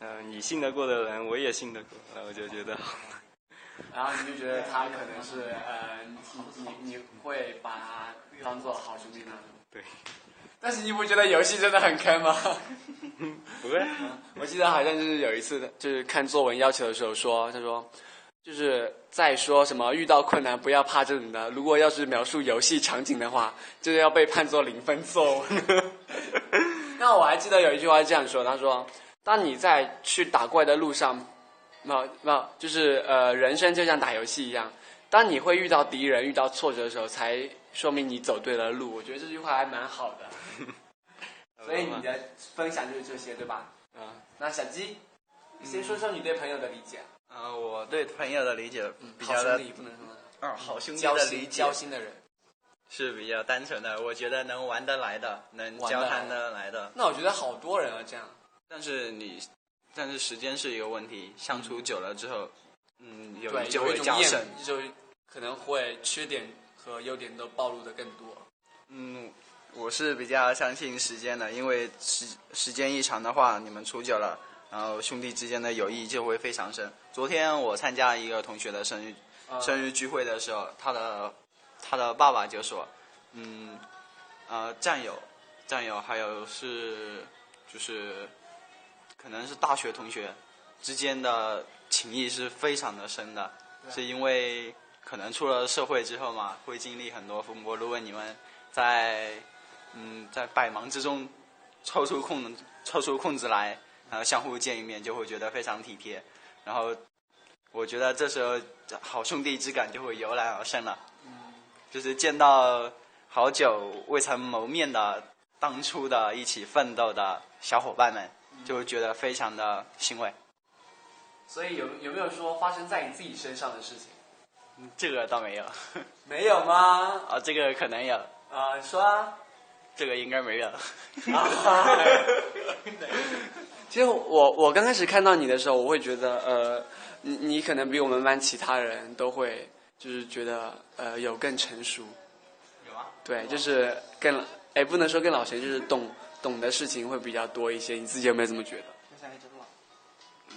呃，你信得过的人，我也信得过，然后我就觉得，
然后你就觉得他可能是呃，你你你会把他当做好兄弟那种。
对。
但是你不觉得游戏真的很坑吗？
不会，
我记得好像就是有一次，就是看作文要求的时候说，他说，就是在说什么遇到困难不要怕这种的，如果要是描述游戏场景的话，就是要被判作零分作文。 那我还记得有一句话是这样说，他说，当你在去打怪的路上，那那就是呃，人生就像打游戏一样，当你会遇到敌人、遇到挫折的时候，才说明你走对了路。我觉得这句话还蛮好的。所以你的分享就是这些，对吧？
啊，
那小鸡，先说说你对朋友的理解。
啊，我对朋友的理解比
好
较的
兄，弟不能说
嗯，好兄弟
交
的
心
理解
交心的人。
是比较单纯的，我觉得能玩得来的，能
玩得
交
来
谈得来的。
那我觉得好多人啊，这样
但是你，但是时间是一个问题，相处久了之后，嗯，有
对
就
有
会
一种
加
厌
深。，
就可能会缺点和优点都暴露的更多。
嗯，我是比较相信时间的，因为时时间一长的话，你们处久了，然后兄弟之间的友谊就会非常深。昨天我参加一个同学的生日、生日聚会的时候，他 的他的爸爸就说，嗯，呃，战友，战友，还有是就是可能是大学同学之间的情谊是非常的深的，是因为可能出了社会之后嘛，会经历很多风波。如果你们在嗯在百忙之中抽出空抽出空子来，然后相互见一面，就会觉得非常体贴。然后我觉得这时候好兄弟之感就会由来而生了，就是见到好久未曾谋面的当初的一起奋斗的小伙伴们，就会觉得非常的欣慰。
所以有有没有说发生在你自己身上的事情？
嗯这个倒没有
没有吗？
啊，这个可能有，
啊、你说啊。
这个应该没有。
其实我我刚开始看到你的时候，我会觉得呃，你你可能比我们班其他人都会就是觉得呃有更成熟。
有啊。
对，就是更哎不能说更老谁，就是懂懂的事情会比较多一些。你自己有没有这么觉得？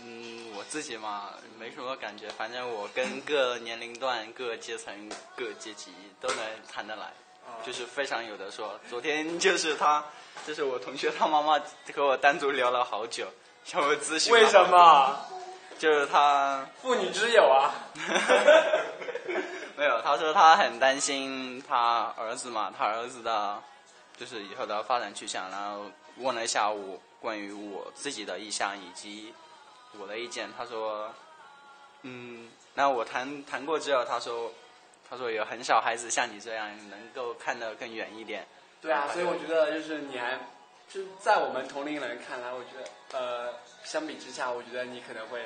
嗯，我自己嘛，没什么感觉。反正我跟各年龄段、各阶层、各阶级都能谈得来，就是非常有的说。昨天就是他，就是我同学他妈妈和我单独聊 了好久，向我咨询。？
么？
就是他，
妇女之友啊！
没有，他说他很担心他儿子嘛，他儿子的，就是以后的发展去向，然后问了一下我关于我自己的意向以及我的意见，他说，嗯，那我谈谈过之后，他说，他说有很少孩子像你这样能够看得更远一点，
对啊，所以我觉得就是你还就是在我们同龄人看来，我觉得呃相比之下，我觉得你可能会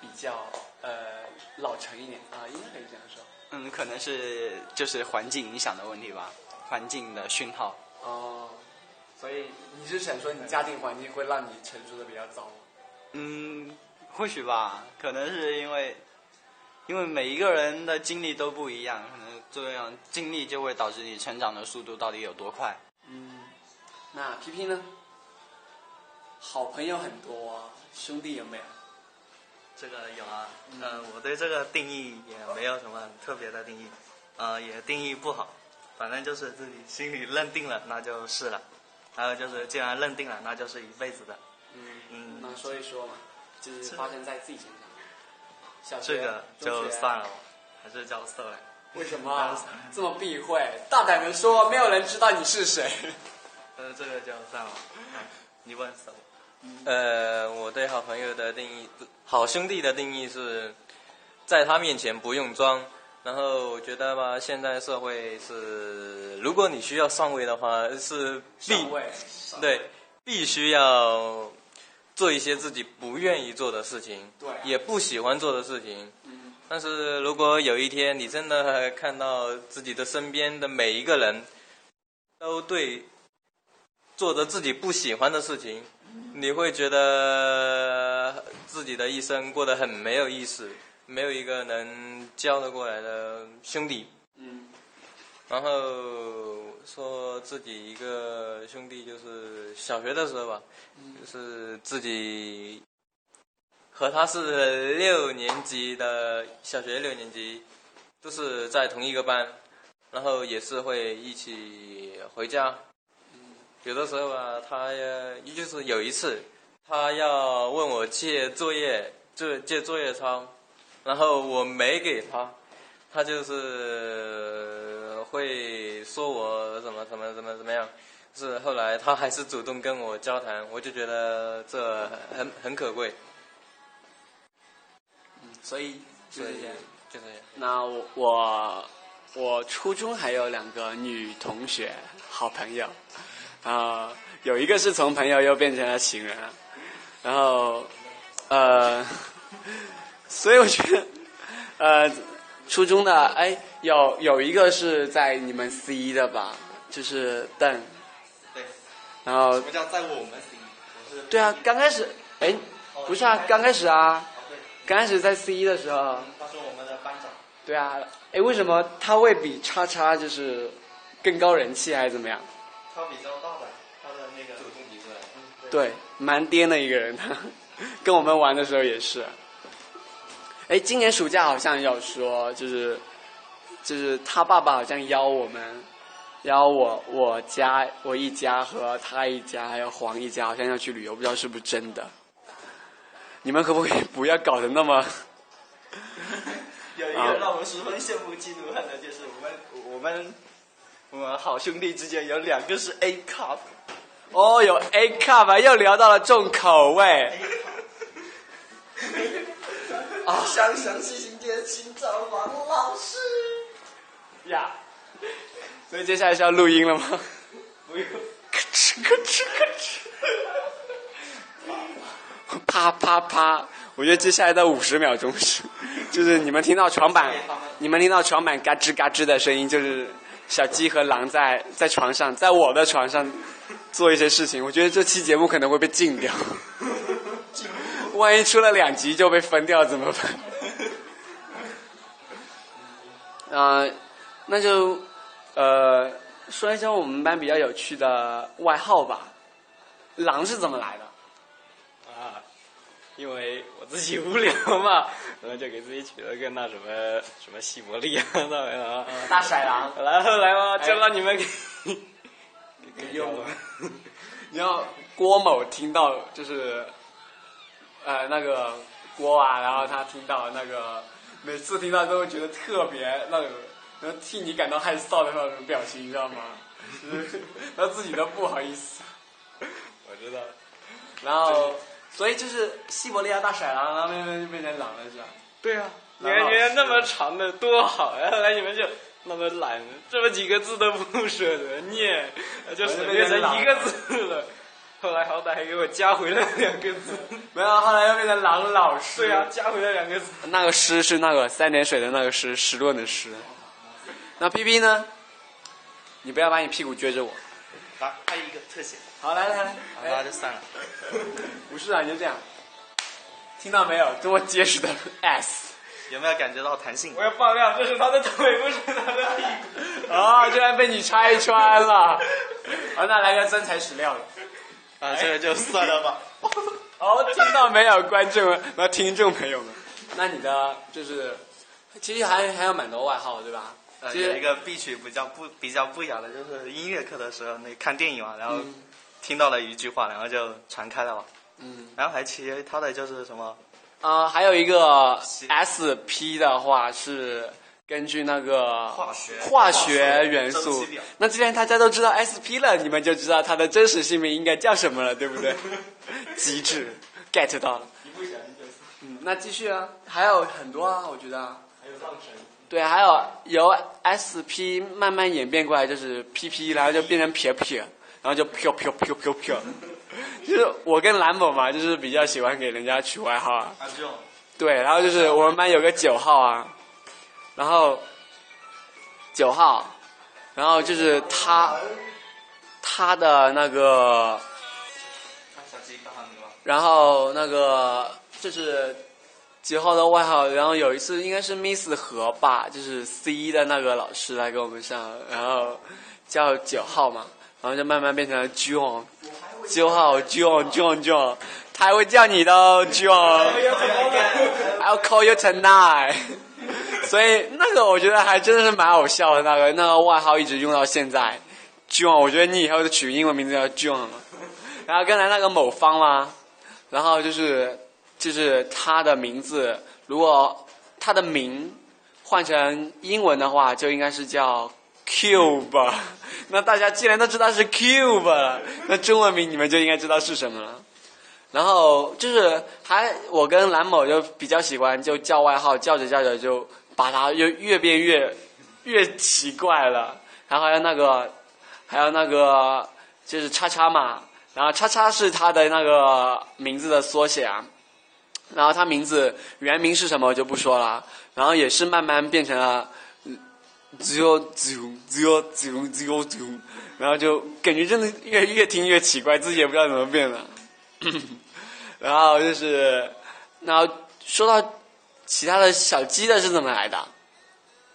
比较呃老成一点啊、应该可以这样说。
嗯，可能是就是环境影响的问题吧，环境的讯号，
哦，所以你是想说你家庭环境会让你成熟的比较早吗？
嗯，或许吧，可能是因为，因为每一个人的经历都不一样，可能这样经历就会导致你成长的速度到底有多快。
嗯，那皮皮呢？好朋友很多、啊，兄弟有没有？
这个有啊，呃，我对这个定义也没有什么特别的定义，呃，也定义不好，反正就是自己心里认定了，那就是了。还有就是，既然认定了，那就是一辈子的。嗯
那说一说嘛，就是发生在自己身上。小学
这个
中
就
学啊
算了吧，还是叫算了。
为什么啊这么避讳？大胆的说，没有人知道你是谁。
呃，这个就算了。你问什么？
呃，我对好朋友的定义，好兄弟的定义是，在他面前不用装。然后我觉得吧，现在社会是，如果你需要上位的话，是必
上位，
对必须要做一些自己不愿意做的事情，
对啊嗯
也不喜欢做的事情。但是如果有一天你真的看到自己的身边的每一个人都对做着自己不喜欢的事情，你会觉得他自己的一生过得很没有意思，没有一个能教得过来的兄弟。
嗯
然后说自己一个兄弟，就是小学的时候吧，就是自己和他是六年级的小学六年级，都是在同一个班，然后也是会一起回家。有的时候啊，他也就是有一次，他要问我借作业，借借作业抄，然后我没给他，他就是会说我怎么怎么怎么怎么样，是后来他还是主动跟我交谈，我就觉得这很很可贵，
所以就
所
是
以
这样。
就这样。
那我我我初中还有两个女同学，好朋友，啊、有一个是从朋友又变成了情人，然后呃，所以我觉得呃，初中的哎，有有一个是在你们 C 一的吧，就是邓，
对，
然后
我叫在我们心里，我是
对啊，刚开始哎，不是啊，刚开始啊，
哦对，
刚开始在 C 一的时候。
他是我们的班长，
对啊，哎，为什么他会比叉叉就是更高人气还是怎么样？
他比较大胆，他的那个主动提出来，嗯，
对，蛮颠的一个人， 他跟我们玩的时候也是。哎，今年暑假好像有说，就是就是他爸爸好像邀我们，邀我我家我一家和他一家还有黄一家，好像要去旅游，不知道是不是真的。你们可不可以不要搞得那 么？
有一个让我十分羡慕嫉妒恨的就是我们我们我们好兄弟之间有两个是 A cup，
哦，有 A cup，啊又聊到了重口味。
啊，想想是今天寻找王老师，
呀，所以接下来是要录音了吗？
不用，
咔哧咔哧咔哧，啪啪啪！我觉得接下来的五十秒钟是，就是你们听到床板，你们听到床板嘎吱嘎吱的声音，就是小鸡和狼在在床上，在我的床上做一些事情。我觉得这期节目可能会被禁掉，万一出了两集就被分掉怎么办？ 呃，那就呃说一下我们班比较有趣的外号吧。狼是怎么来的？
啊，因为我自己无聊嘛， 然后就给自己取了个那什么什么西伯利亚那玩意儿啊。
大色狼。哎
然后来嘛，就让你们给、给
用
吧。
你知道郭某听到就是，呃，那个锅啊，然后他听到那个，每次听到都会觉得特别那种，然后替你感到害臊的那种表情，你知道吗？ 就是他自己都不好意思。
我知道，
然后，所以就是西伯利亚大色狼，然后慢慢就变成狼了，是吧？
对啊，你
狼
看
老
人
师
家那么长的多好呀，后来你们就那么懒，这么几个字都不舍得念，就省略成一个字了。后来好歹还给我加回了两个字，
没有，后来又变成狼老师。
对啊，加回了两个字。
那个诗是那个三点水的那个诗，石论的诗。那 P P 呢？你不要把你屁股撅着我。
来拍一个特写，
好，哎来来来，
那就 算了，
不是啊，你就这样。听到没有？这么结实的 S
有没有感觉到弹性？
我要爆料，这是他的腿，不是他的屁股。
啊，居然被你拆穿了。好，那来个真材实料的。
啊，这个就算了吧。
哦，听到没有，观众们和听众朋友们？那你的就是，其实还还有蛮多外号，对吧？
呃，
其实
有一个必取比较不比较不雅的，就是音乐课的时候，那看电影嘛，然后听到了一句话，然后就传开了嘛。
嗯。
然后还其他的就是什么，
啊、还有一个 S P 的话是根据那个化
学
化学元
周
素
期表。
那既然大家都知道 S P 了，你们就知道它的真实姓名应该叫什么了，对不 对？极致 get 到了。
一不小心就
嗯，那继续啊，还有很多啊，我觉得啊。
还有浪神，
对，还有由 S P 慢慢演变过来，就是 P P，然后就变成撇撇，然后就飘飘飘飘飘。就是我跟蓝某嘛，就是比较喜欢给人家取外号啊。
啊，这种
对，然后就是我们班有个九号啊，然后九号，然后就是他他的那个
小鸡干嘛？
然后那个就是吉浩的外号，然后有一次应该是 Miss 何吧，就是 C 的那个老师来给我们上，然后叫九号嘛，然后就慢慢变成了 John，九号 John John John，他还会叫你的哦 John，I'll call you tonight 。 所以那个我觉得还真的是蛮好笑的，那个那个外号一直用到现在，John，我觉得你以后就取英文名字叫 John 了。然后刚才那个某方嘛，然后就是就是他的名字，如果他的名换成英文的话，就应该是叫 Cube。那 大家既然都知道是 Cube 了，那中文名你们就应该知道是什么了。然后就是还我跟蓝某就比较喜欢就叫外号，叫着叫着就把它越越变越越奇怪了。然后还有那个还有那个就是叉叉嘛，然后叉叉是他的那个名字的缩写啊。然后他名字原名是什么我就不说了，然后也是慢慢变成了。嗯只有只有只有只有只有只有，然后就感觉真的越越听越奇怪，自己也不知道怎么变了。 然后就是，然后说到其他的小鸡的是怎么来的？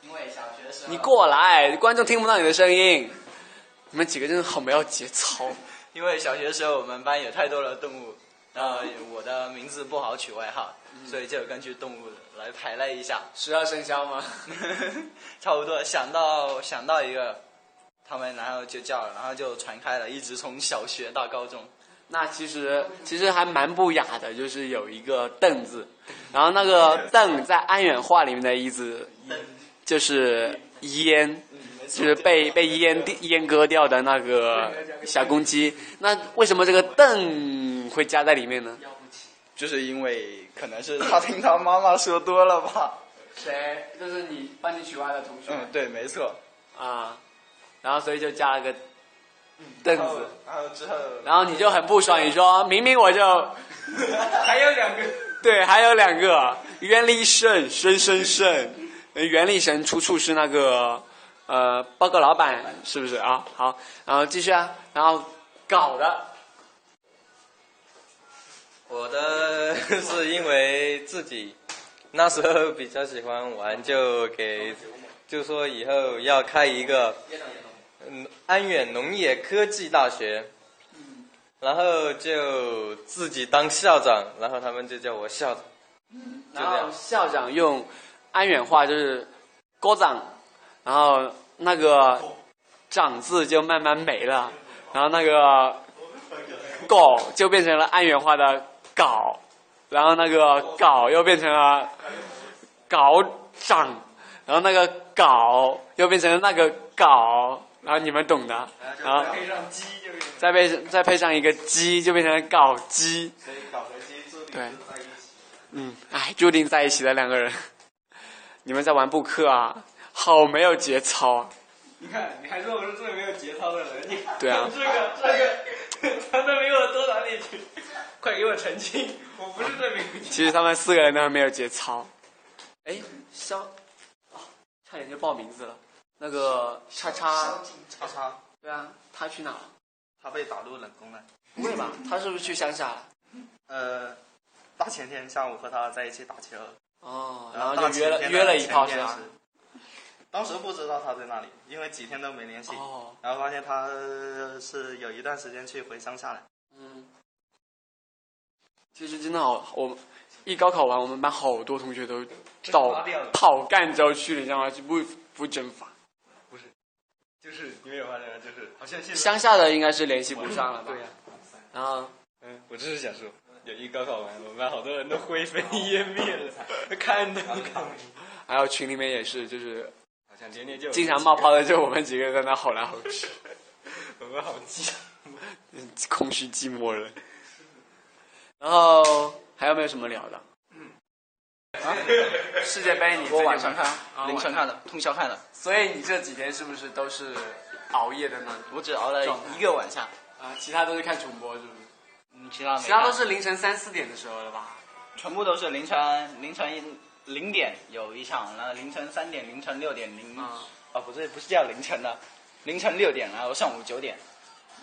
因为小学时候
你过来，观众听不到你的声音。你们几个真的好没有节操。
因为小学的时候我们班有太多的动物，呃，我的名字不好取外号，所以就根据动物来排类一下，
十二生肖吗？
差不多想到想到一个，他们然后就叫了，然后就传开了，一直从小学到高中。
那其实其实还蛮不雅的，就是有一个“邓”字，然后那个 “邓”在安远话里面的意思就是阉，就是被 被阉掉阉割掉的那个小公鸡。那为什么这个“邓”会加在里面呢？
就是因为可能是他听他妈妈说多了吧。
谁？就是你帮你取外的同学
嗯，对，没错。
啊，然后所以就加了个凳子，
然后之后，
然后你就很不爽，你说明明我就还有两个，对，还有两个，袁立胜，生生胜，呃袁立神出处是那个呃报告老板是不是啊？好，然后继续啊，然后搞的
我的 是因为自己那时候比较喜欢玩，就给就说以后要开一个嗯安远农业科技大学，然后就自己当校长，然后他们就叫我校长。
然后校长用安远话就是“郭长”，然后那个“长”字就慢慢没了，然后那个“狗”就变成了安远话的“搞”，然后那个“搞”又变成了“搞长”，然后那个“搞”又变成了那个“搞”，然后你们懂的，然后再配上再配上一个“鸡”，就变成了“搞鸡”。对，嗯，哎，注定在一起的两个人， 你们在玩布克啊，好没有节操啊！
你看，你还说我是最没有节操的人，你看
对 啊
这个这个， 他都没有多哪里去，快给我澄清，我不是最没有节
其实他们四个人都很没有节操。哎，肖，啊，差点就报名字了。那个叉叉，
叉叉，
对啊，他去哪了？
他被打入冷宫了。
不会吧？他是不是去乡下了？
呃，大前天下午和他在一起打球，
哦，
然
然
后
后
大
就约
前
了
天
约了一炮
前
是
天
吧？
当时不知道他在那里，因为几天都没联系，
哦，
然后发现他呃是有一段时间去回乡下了。
嗯，其实真的好，我一高考完，我们班好多同学都到跑赣州去了，你知道吗？就不不征伐。
就是你没有发现吗？就是好像现在，
乡下的应该是联系不上了吧？
对呀
然后
嗯，我就是想说，有一高考完，我们班好多人都灰飞烟灭了，看都不看，
还有群里面也是，就是
好像天天就
经常冒泡的，就我们几个在那吼来吼 去，
我们好记。
空虚寂寞了。然后还有没有什么聊的？啊世界杯你
我晚上看，凌
凌
晨
晨
看的，通宵看的，
所以你这几天是不是都是熬夜的呢？
我只熬了一个晚上，
啊，其他都是看重播是不是？
嗯，其他没看
其他都是凌晨三四点的时候了吧？
全部都是凌晨凌晨一零点有一场，然后凌晨三点、凌晨六点、零
啊，
哦不对，不是叫凌晨的，凌晨六点，然后上午九点，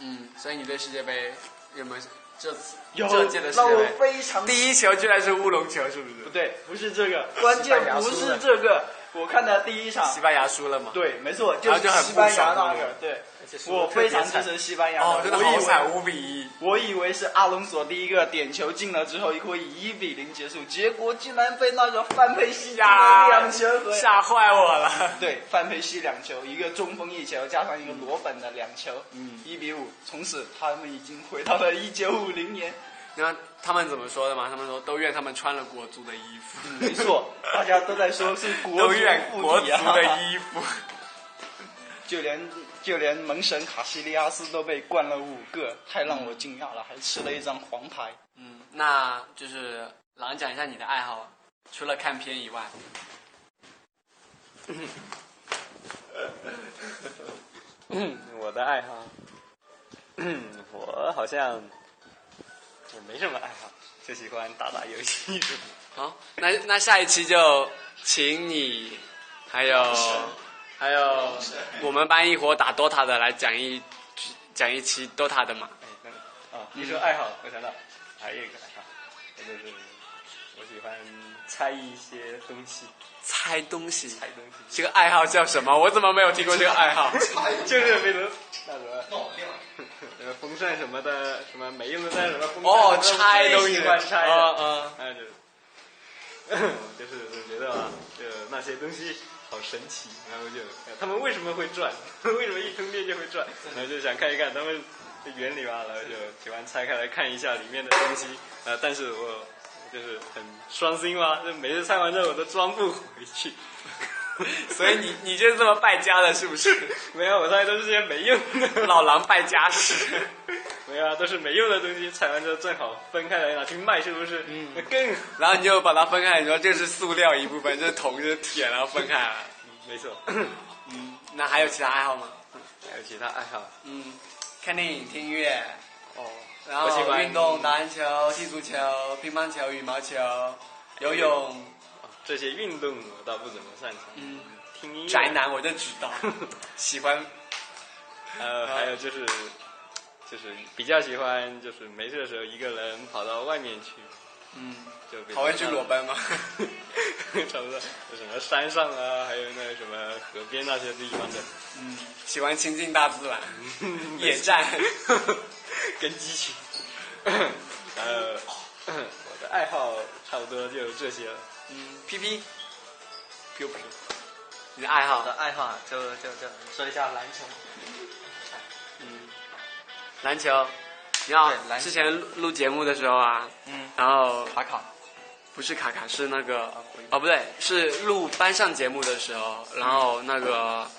嗯，所以你对世界杯有没有
这次这届的世界
让我
杯，
非常
第一球居然是乌龙球，是不是
不？对，不是这个，
关
关键
键
不
不是
是
这，
这个。我看的第一场，
西班牙输了嘛？
对，没错，
然
就
后
是
啊就很
西班
不
牙
爽
那
对
个
吧，
对
输得
我非常
特别
支
惨
持西班牙的。
哦，真的
我以
好
为
惨，五比一。
我以为是阿隆索第一个点球进了之后，会以一比零结束，结果居然被那个范佩西进了
哎呀
两球和，
吓坏我了！
对，范佩西两球，一个中锋一球，加上一个
嗯
罗本的两球，一比五。从此他们已经回到了一九五零年，
然后他们怎么说的嘛？他们说都怨他们穿了国足的衣服，
没错，大家都在说是国
都
足
怨国
附
足
体啊，
的衣服。
就连就连门神卡西利亚斯都被灌了五个，太让我惊讶了，还吃了一张黄牌。
嗯，那就是狼讲一下你的爱好，啊除了看片以外，
我的爱好，我好像也没什么爱好，就喜欢打打游戏。
好，那那下一期就请你，还有还有我们班一伙打 DOTA 的来讲一讲一期 DOTA 的嘛。
哎，等等啊，你说爱好，我想到还有一个爱好，那就是我喜欢猜一些东西，
猜东西，
猜东西，
这个爱好叫什么？我怎么没有听过这个爱 好？
就是比如那什么， 呃，风扇什么的，什么梅子扇什么风扇，
哦，拆东
最
西，
喜欢拆的，
嗯嗯，
那就哎 就是总觉得啊，就那些东西好神奇，然后就呃他们为什么会转？ 为什么一通电就会转？然后就想看一看他们的原理吧，然后就喜欢拆开来看一下里面的东西。呃，但是我就是很伤心嘛，就每次拆完之后我都装不回去。
所以你你就是这么败家的，是不是？
没有，我猜都是些没用的，
老狼败家史。
没有啊，都是没用的东西，拆完之后正好分开来拿去卖，是不是？嗯，那更好
然后你就把它分开，你说这是塑料一部分，这是铜，这是铁，然后分 开了。嗯
没错。嗯
那还有其他爱好吗？
还有其他哎爱好？
嗯，看电影、听音乐，
哦，
然
我喜
后
欢
运动，打篮球、踢足球、乒乓球、羽毛球、游泳。
这些运动我倒不怎么擅长。
嗯，
听音乐。
宅。男我就知 道，喜欢
呃，还有就是，就是比较喜欢，就是没事的时候一个人跑到外面去，
嗯，
就比如
好会去裸奔 吗？
那，差不多，就什么山上啊，还有那什么河边那些地方的，
喜欢亲近大自然，
嗯
野战。
跟激情。呃，我的爱好差不多就这些了。
嗯，P P，你的爱好
我的爱好啊就就就说一下篮球。
篮球，你好
对，篮
哦
球
之前录录节目的时候啊，
嗯，啊
然后
卡卡，
不是卡卡，是那个哦，不对，是录班上节目的时候，然后那
嗯
个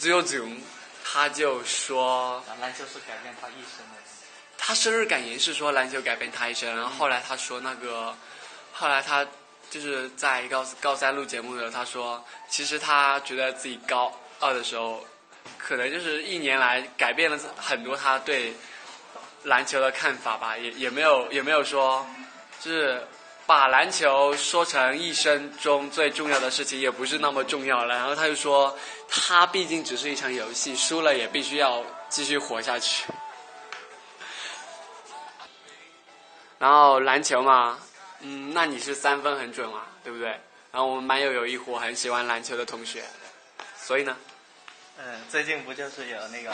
Zio z u 他就说
篮球是改变他一生的。
他生日感言是说篮球改变他一生，然后后来他说那个，后来他就是在高高三录节目的时候，他说其实他觉得自己高二的时候，可能就是一年来改变了很多他对篮球的看法吧，也也没有也没有说就是。把篮球说成一生中最重要的事情，也不是那么重要了。然后他就说，他毕竟只是一场游戏，输了也必须要继续活下去。然后篮球嘛，嗯，那你是三分很准嘛，对不对？然后我们班又有一伙很喜欢篮球的同学，所以呢，
嗯，最近不就是有那个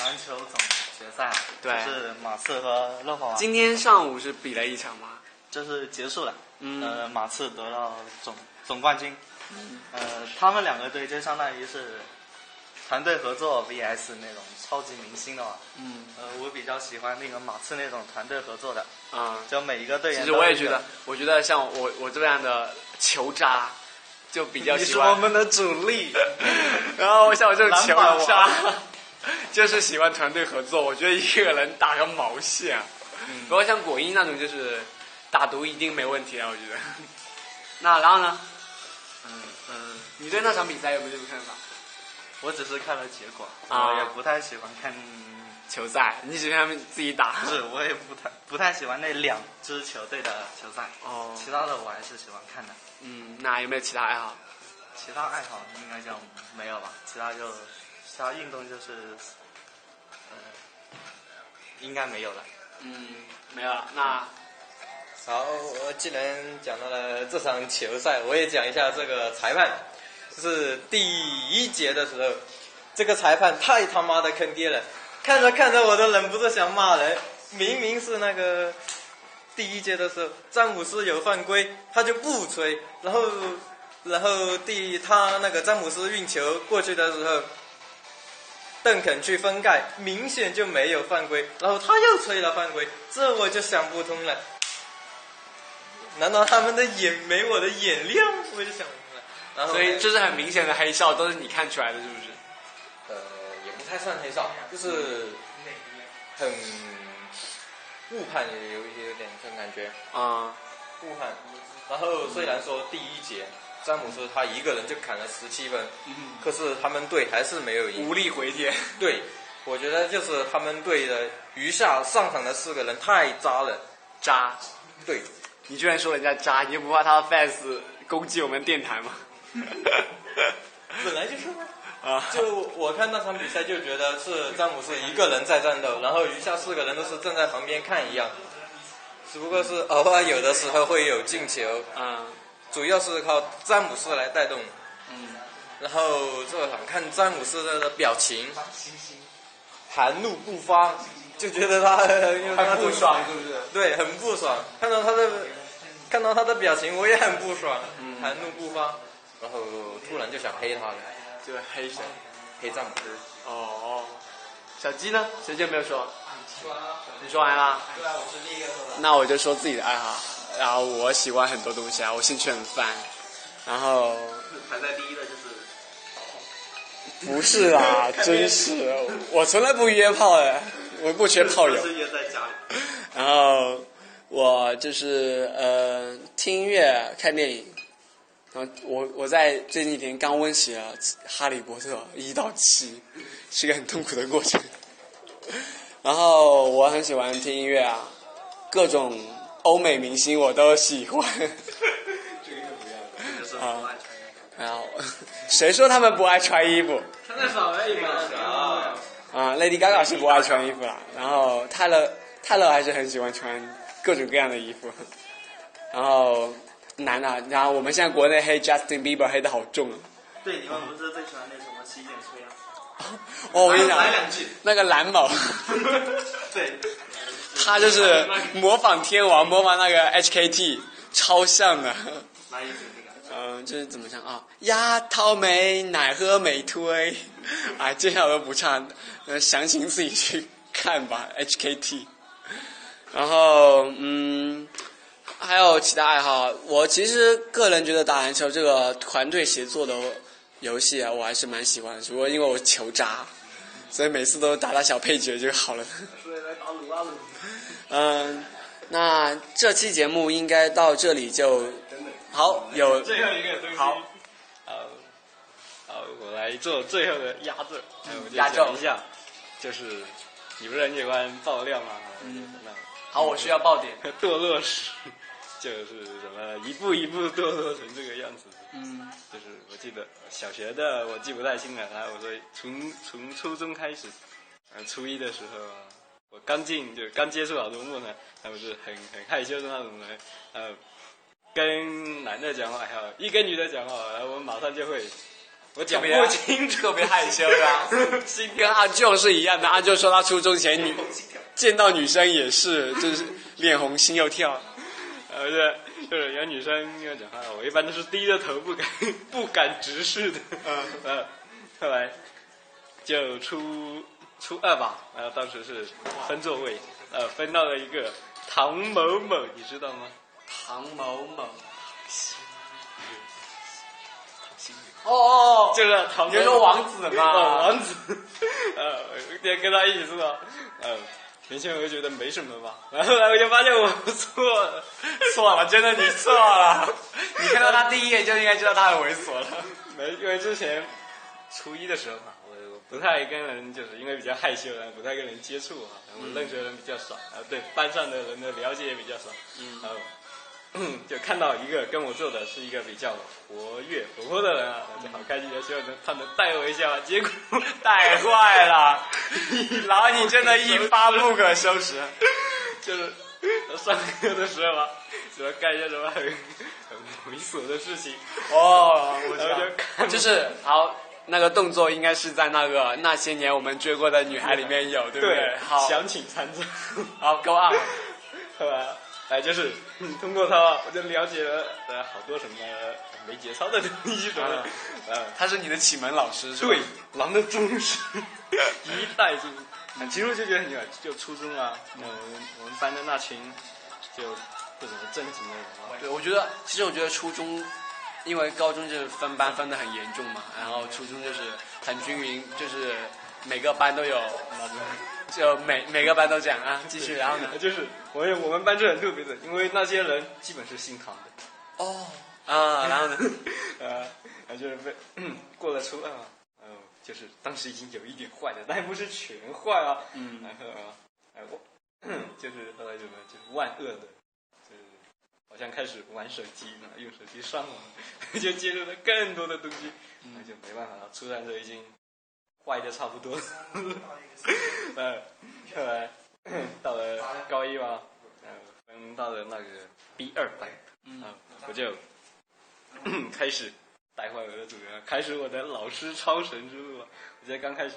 篮球总决赛，
对
就是马刺和勒华瓦，
今天上午是比了一场嘛，
就是结束了。
嗯，
呃，马刺得到总总冠军。呃，他们两个队就相当于是团队合作 VS 那种超级明星的嘛。
嗯。
呃，我比较喜欢那个马刺那种团队合作的，
啊、
就每一个队员。
其实我也觉得，，我觉得像我我这样的球渣，就比较
你
喜
是我
欢。
们的主力。
然后像我这种球
篮板
渣， 就是喜欢团队合作。我觉得一个人打个毛线啊。不过像果英那种，就是打毒一定没问题啊，我觉得。 那然后呢？
嗯嗯，
你对那场比赛有没有这个看法？
我只是看了结果，
啊
我也不太喜欢看，
球赛，你只看他们自己打
不。是，我也不太不太喜欢那两支球队的球赛。
哦，
其他的我还是喜欢看的，
嗯，那有没有其他爱好？
其他爱好应该就没有吧。其他就其他运动就是，呃，应该没有了。
嗯，没有了。那
好，我既然讲到了这场球赛，我也讲一下这个裁判。就是第一节的时候，这个裁判太他妈的坑爹了，看着看着我都忍不住想骂人。明明是那个第一节的时候，詹姆斯有犯规，他就不吹，然后然后第他那个詹姆斯运球过去的时候，邓肯去封盖，明显就没有犯规，然后他又吹了犯规，这我就想不通了。难道他们的眼没我的眼亮？我就想不通了。然后
所以
呢
这是很明显的黑哨，都是你看出来的，是不是？
呃也不太算黑哨，就是很误判，有有有点这种感觉
啊、
误判。然后虽然说第一节詹姆斯他一个人就砍了十七分，可是他们队还是没有赢。
无力回天。
对，我觉得就是他们队的余下上场的四个人太渣了。
渣，
对，
你居然说人家渣，你就不怕他的 fans 攻击我们电台吗？
本来就是嘛。
啊，
就我看那场比赛就觉得是詹姆斯一个人在战斗，然后余下四个人都是站在旁边看一样，只不过是偶尔有的时候会有进球，
嗯，
主要是靠詹姆斯来带动。然后这场看詹姆斯的表情，含怒不发，就觉 得他很
不爽是不是？
对，很不爽。看到他的，看到他的表情，我也很不爽，
嗯
含怒不发。然后突然就想黑他了，
就是黑谁？
黑詹姆斯。
哦，小鸡呢？谁就没有说？你说完啦？对啊，我是第一个说的。那我就说自己的爱好，然后我喜欢很多东西啊，我兴趣很泛，然后
排在第一的就是
不是 啦，真是，我从来不约炮的，我不缺炮友
就。是约在家里。
然后我就是呃听音乐、看电影。然后我我在这几天刚温习了《哈利波特》一到七，是一个很痛苦的过程。 然后我很喜欢听音乐啊，各种欧美明星我都喜欢。 啊，然后谁说他们不爱穿衣服？啊、l a d y Gaga 是不爱穿衣服啦，然后泰勒泰勒还是很喜欢穿各种各样的衣服，然后男的啊，然后我们现在国内黑 Justin Bieber 黑的好重啊，
对，你们不是最喜欢那什么洗剪吹啊？
哦，我跟你讲，
来两句。
那个蓝 某，
对，
他就是模仿天王，模仿那个 HKT，超像的。
来一句这个。
嗯，就是怎么唱啊？压桃美奶喝美推， 哎，这下我都不唱，呃，详情自己去看吧。HKT，然后嗯，还有其他爱好，我其实个人觉得打篮球这个团队协作的游戏啊，我还是蛮喜欢的，只不过因为我球渣，所以每次都打打小配角就好了。嗯，那这期节目应该到这里就好有。
最后一个东西。好，好，我来做最后的压轴。哎，我就
嗯压轴
讲一下，就是你不是很喜欢爆料吗？嗯，那
好，我需要爆点。
堕落史就是什么一步一步堕落成这个样子。
嗯，
就是我记得小学的我记不太清了，然后我说从从初中开始，呃，初一的时候啊，我刚进就刚接触好多木呢，然后就是很很害羞的那种人，呃，跟男的讲话，还有一跟女的讲话，然后我马上就会，我讲不清楚，
特别害羞啊啦、是跟阿舅是一样的。阿舅说他初中前女见到女生也是，就是脸红心又跳。
然后就是呃就是有女生跟我讲话，我一般都是低着头不敢不敢直视的， 呃，后来就初初二吧，然后当时是分座位，呃，分到了一个唐某某，你知道吗？
唐某某。哦哦哦，
就是唐某某，
你是说王子吗
哦 王子，呃，我天跟他一起住的，呃，原先我就觉得没什么吧，然后后来我就发现我错了，
错了，真的你错了。你看到他第一眼就应该知道他很猥琐了。
没，因为之前初一的时候嘛，我我不太跟人，就是因为比较害羞，然后不太跟人接啊触啊，然后认识的人比较少，啊，对班上的人的了解也比较少，嗯，然后 就看到一个跟我坐的是一个比较活跃活泼的人啊，我就好开心的希望能他能带我一下吧，结 果带坏了，然后你真的一发不可收拾，就是上课的时候啊，什么干一些什么很很猥琐的事情，
哦，我
然后就看
就是好，那个动作应该是在那个那些年我们追过的女孩里面有，对不
对
好，
想请参照。
好，Go on。
后来，哎，就是 嗯通过他，我就了解了呃好多什么没节操的东西什么的，呃，
他是你的启蒙老师是吧？
对，狼的忠实， 一代忠实。嗯其实我就觉得很有，就初中啊，嗯，我们我们班的那群就不怎么正经的人嘛，
对，我觉得其实我觉得初中，因为高中就是分班分的很严重嘛，然后初中就是很均匀，就是每个班都有，就每每个班都这样啊。继续，然后呢？
就是我们我们班这很特别的，因为那些人基本是姓唐的。
哦，啊，然后呢？
呃，然后就是被过了初二嘛，呃，就是当时已经有一点坏了，但不是全坏啊。嗯，然后啊，哎我就是后来就就是万恶的，就是好像开始玩手机嘛，用手机上网， 就接触了更多的东西，那就没办法了。初三就已经坏的差不多了， 呃，后来 到了高一嘛，呃，分到了那个 B 二班，嗯，我就。 开始带坏我的主人，开始我的老师超神之路了。啊我记得刚开始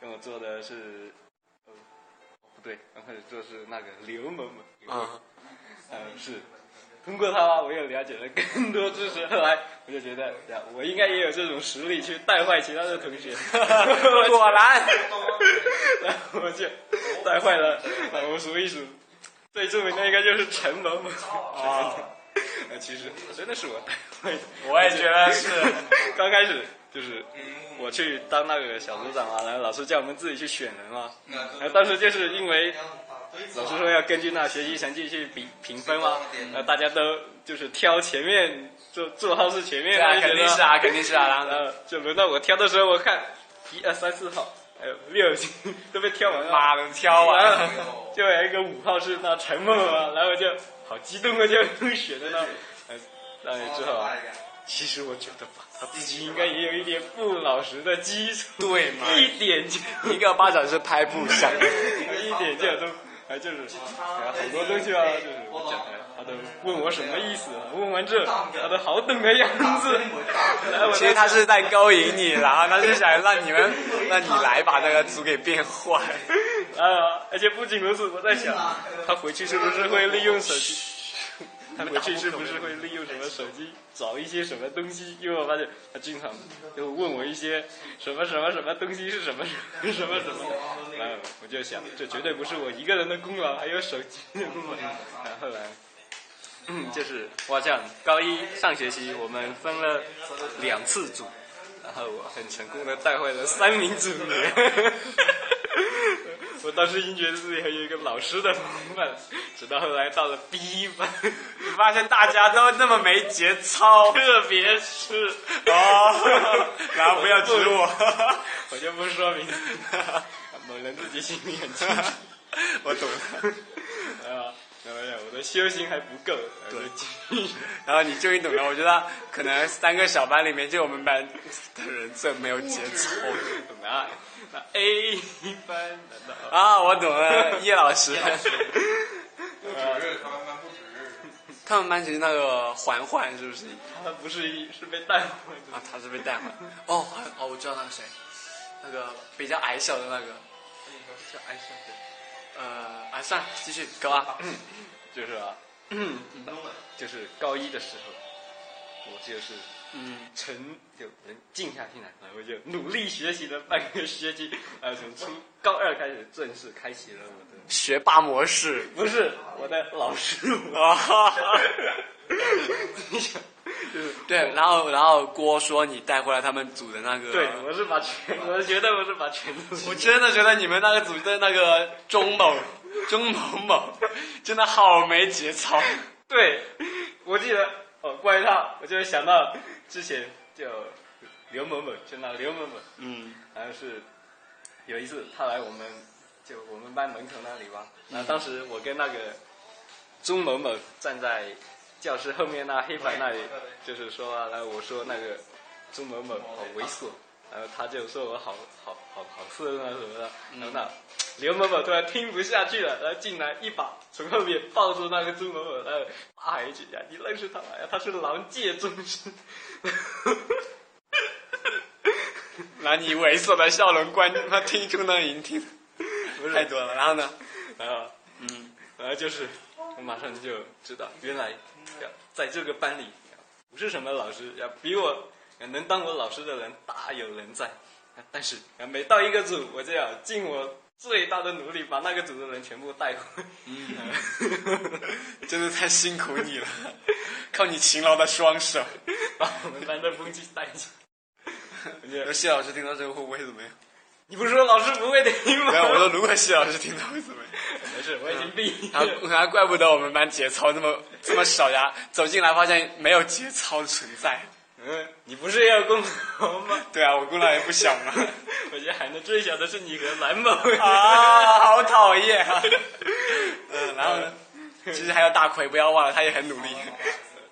跟我做的是，呃，不对，刚开始做的是那个刘某某，刘某某
啊，
嗯，是。通过他，我又了解了更多知识。后来我就觉得，呀我应该也有这种实力去带坏其他的同 学。
果然，
然后我就带坏了。呃我数一数，最著名的应该就是陈某某。啊， 呃其实真的是我带坏的。
我也觉得是。
刚开始就是我去当那个小组长嘛，然后老师叫我们自己去选人嘛。然后当时就是因为老师说要根据那学习成绩去比评分嘛，然后大家都就是挑前面坐坐号是前面
对
那
啊，
一些
肯
的
定是啊，肯定是啊。然后
然
呢？
后就轮到我挑的时候，我看一二三四号，还有六都被挑完了。
妈的，挑完
然后就有一个五号是那陈某啊，然后我就好激动啊，就 选在那，呃，那之后啊，其实我觉得吧，他自己应该也有一点不老实的基础，
对嘛？
一点就
一个巴掌是拍不响。
一点就都，哎，就是哎很多东西啊，就是我讲的，他都问我什么意思啊，问完这，他都好懂的样子，然后我
其实
就
他是在勾引你，然后他是想让你们，让你来把那个组给变坏。
啊，而且不仅如此，我在想，他回去是不是会利用手机？他回去是不是会利用什么手机找一些什么东西？因为我发现他经常就问我一些什么什么什么东西是什么什么什么什么的，然后我就想，这绝对不是我一个人的功劳，还有手机的功劳。然后后来，嗯，就是我这样，高一上学期我们分了两次组，然后啊我很成功的带坏了三名组员。 我当时已经觉得自己很有一个老师的风范了，直到后来到了 B 班，
你发现大家都那么没节操
特别是
哦， 然后不要指我，
我就不说明，某人自己心里很清楚。
我懂了。
啊，没有没有，我的修行还不够，呃对，
然后你终于懂了，我觉得可能三个小班里面就我们班的人最没有节操
怎么样？那 A 班难道？
啊！我懂了，叶老师。他们班其实那个环环是不是
他不是一是被带坏的，
啊？他是被带回来的。哦哦，我知道那个谁，那个比较矮小的那个，
就爱上的，
呃，啊，算了，继续搞啊。
就是啊，就是高一的时候，我就是
嗯，
沉就能静下心来，然后就努力学习了半个学期，呃，从初高二开始正式开启了我的，
学霸模式。
不是我的老师
啊哈哈
就是
对，然后然后郭说你带回来他们组的那个，
对，我是把全，我觉得我是把全部，
我真的觉得你们那个组的那个钟某钟某某真的好没节操。
对，我记得哦，关于他，我就想到之前就刘某某，就那刘某某，
嗯，
然后是有一次他来我们就我们班门口那里吧，然后当时我跟那个钟某某站在教室后面那黑板那里，就是说啊，然后我说那个朱某某好猥琐，然后他就说我好好好好色那什么的，然后那刘某某突然听不下去了，然后进来一把从后面抱住那个朱某某，然后骂一句呀，你认识他吗？呀，他是狼界宗师。
拿你猥琐的笑容观他听出那已经听太多了。然后呢？
然后，嗯，然后就是我马上就知道，原来呀在这个班里呀不是什么老师，呀比我呀能当我老师的人大有人在，啊但是呀每到一个组，我就要尽我最大的努力把那个组的人全部带回。
嗯真的太辛苦你了，靠你勤劳的双手。
把 我们班的风气带进。
那谢老师听到这个会不会怎么样？
你不是说老师不会听吗？
没有，我说如果谢老师听到会怎 么样？
没事，我已经毕业
然
了。
后，然后怪不得我们班节操那么这么少呀！走进来发现没有节操存在。
嗯，你不是要共和吗？
对啊，我功劳也不小嘛。
我觉得喊的最小的是你和蓝某。
啊，好讨厌啊！ 嗯，然后呢？其实还有大奎，不要忘了，他也很努力。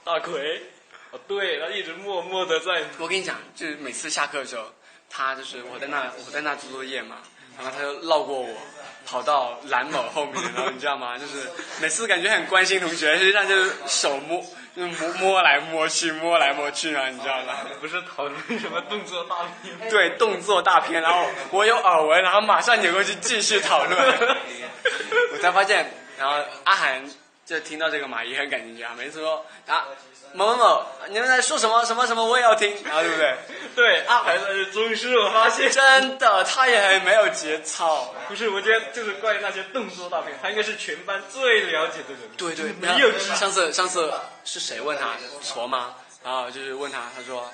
大奎，哦对，他一直默默的在
我跟你讲，就是每次下课的时候，他就是我在那我在那做作业嘛，然后他就绕过我，跑到蓝某后面，然后你知道吗？就是每次感觉很关心同学，实际上就是手摸，就是摸摸来摸去，摸来摸去啊，你知道吗？
不是讨论什么动作大片吗？
对，动作大片，然后我有耳闻，然后马上扭过去继续讨论， 我才发现，然后阿涵就听到这个嘛，也很感兴趣啊，每次说啊某某某，你们在说什么什么什么，我也要听，然后对不对？
对，阿海才是宗师，我发现
真的，他也很没有节操。
不是，我觉得就是关于那些动作大片，他应该是全班最了解的人。
对对，
没有
然后上次上次是谁问他矬吗？然后就是问他，他说，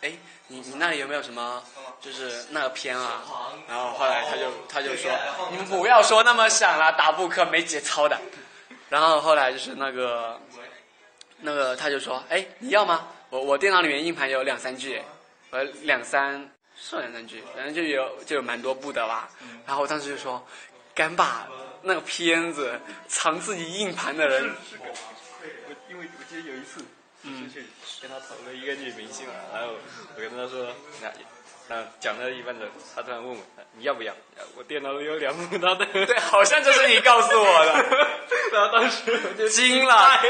哎，你你那里有没有什么就是那个片啊？然后后来他就他就说，你们不要说那么响了，打补课没节操的。然后后来就是那个那个他就说，哎，你要吗？我我电脑里面硬盘有两三 G，呃两三是两三 G，反正就有就有蛮多部的吧。然后我当时就说，敢把那个片子藏自己硬盘的人，
我因为我记得有一次，嗯，去跟他讨论一个女明星嘛，然后我跟他说，那那啊讲到一半的，他突然问我，你要不要？我电脑里有两部 他的，
对，好像就是你告诉我 的，
然后当时我就
惊了，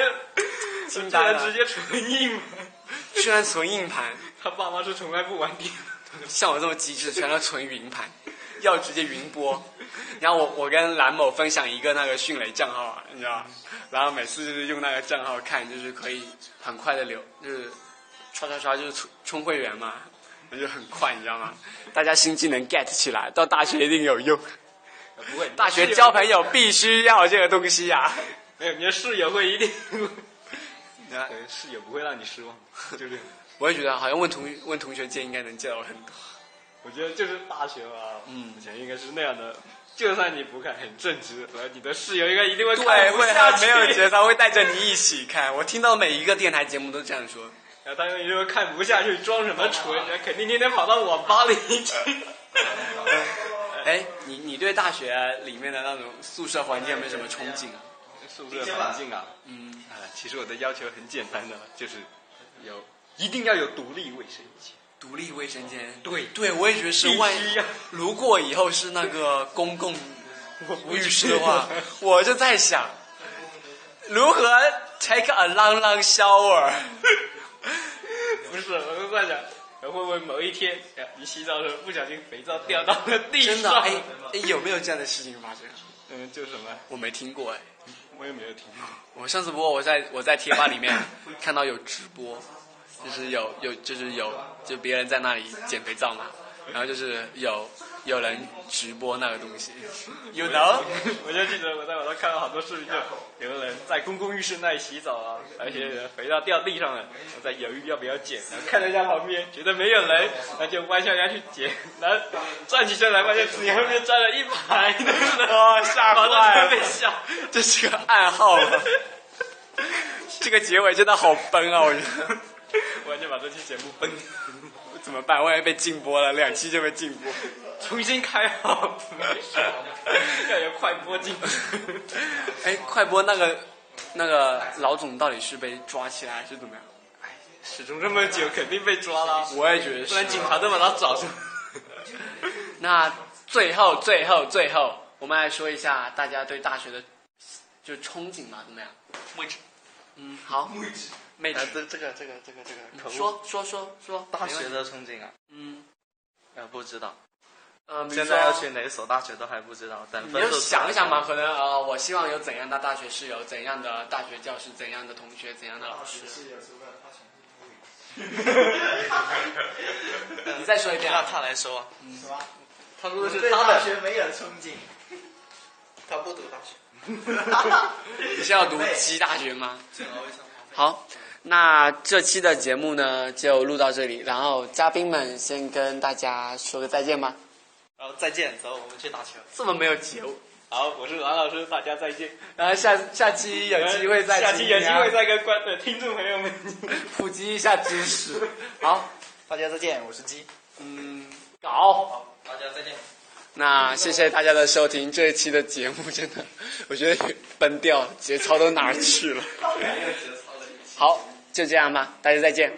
惊
呆了
了，直接纯硬嘛。
居然存硬盘，
他爸妈是从来不玩电脑。
像我这么机智，全都存云盘，要直接云播。然后我我跟蓝某分享一个那个迅雷账号啊，你知道吧？然后每次就是用那个账号看，就是可以很快的流，就是刷刷刷就是充充会员嘛，那就很快，你知道吗？大家新技能 get 起来，到大学一定有用。
不会，
大学交朋友必须要这个东西呀、
没有，你的室友 会一定，
你看
呃室友不会让你失望，就这样。
我也觉得好像问同问同学借应该能借到很多。
我觉得就是大学吧，嗯，以前应该是那样的。就算你不看很正直，然后你的室友应该一定会看
对，
不
会
下
很
去，
没有节操，会带着你一起看。我听到每一个电台节目都这样说。
然后他们就会看不下去，装什么纯，然后肯定天天跑到网吧里去。
哎，你你对大学里面的那种宿舍环境有没有什么憧憬啊？
宿舍环境啊，嗯，啊，其实我的要求很简单的，就是有一定要有独立卫生间，
独立卫生间。
对
对，我也觉得是
必
万。
须啊要。
如果以后是那个公共浴室的话，我就在想，如何 take a long long shower。
不是，我是在想，会不会某一天，哎你洗澡的时候不小心肥皂掉到了地上？
真的，哎哎，有没有这样的事情发生？啊
嗯，就是什么，
我没听过哎。
我也没有听过。
我上次不过我在我在贴吧里面看到有直播，就是有有就是有就别人在那里捡肥皂嘛，然后就是有有人直播那个东西，you know？
我就记得我在网上看到好多视频，就有人在公共浴室那里洗澡啊，
嗯
而且肥皂掉地上了，我在犹豫要不要捡，然后看了一下旁边，觉得没有人，那就弯下腰去捡，然后
嗯
站起身来发现自己后面站了一排的人，
哇哦吓坏了
马上就被吓。
这是个暗号吗？这个结尾真的好崩啊！我觉得
我就把这期节目崩，
怎么办？万一被禁播了，两期就被禁播。
重新开 好，要有快播进。
哎，快播那个那个老总到底是被抓起来还是怎么样？
哎始终这么久，肯定被抓了，
我也觉得
不然警察都把他找出来。
那最后最后最后，我们来说一下大家对大学的就憧憬嘛，怎么样？
位置，
嗯，好，妹
啊
纸，，
这这个这个这个这个，可恶
说说说说，
大
没问
学
题，
的憧憬啊，
嗯
呃，不知道，
呃，比如
现在要
说
去哪所大学都还不知道，等
你
分
就
数
想一想嘛，可能呃，我希望有怎样的大学室友，怎样的大学教师，怎样的同学，怎样的老师。你再说一遍
让
啊！
他来说啊，
他说的
对大学没有憧憬，
他不读大 学，
你是要读鸡大学吗？好，那这期的节目呢就录到这里，然后嘉宾们先跟大家说个再见吧。
然后再见，走，我们去打球。
这么没有结尾，
好，我是王老师，大家再见。
然后下下哎期有机会再
下期有机会
再
再跟观呃听众朋友们。
普及一下知识。 好，
大家再见，我是鸡。
嗯，搞。
大家再见。
那谢谢大家的收听，这一期的节目真的，我觉得崩掉了，节操都哪儿去了？好，就这样吧，大家再见。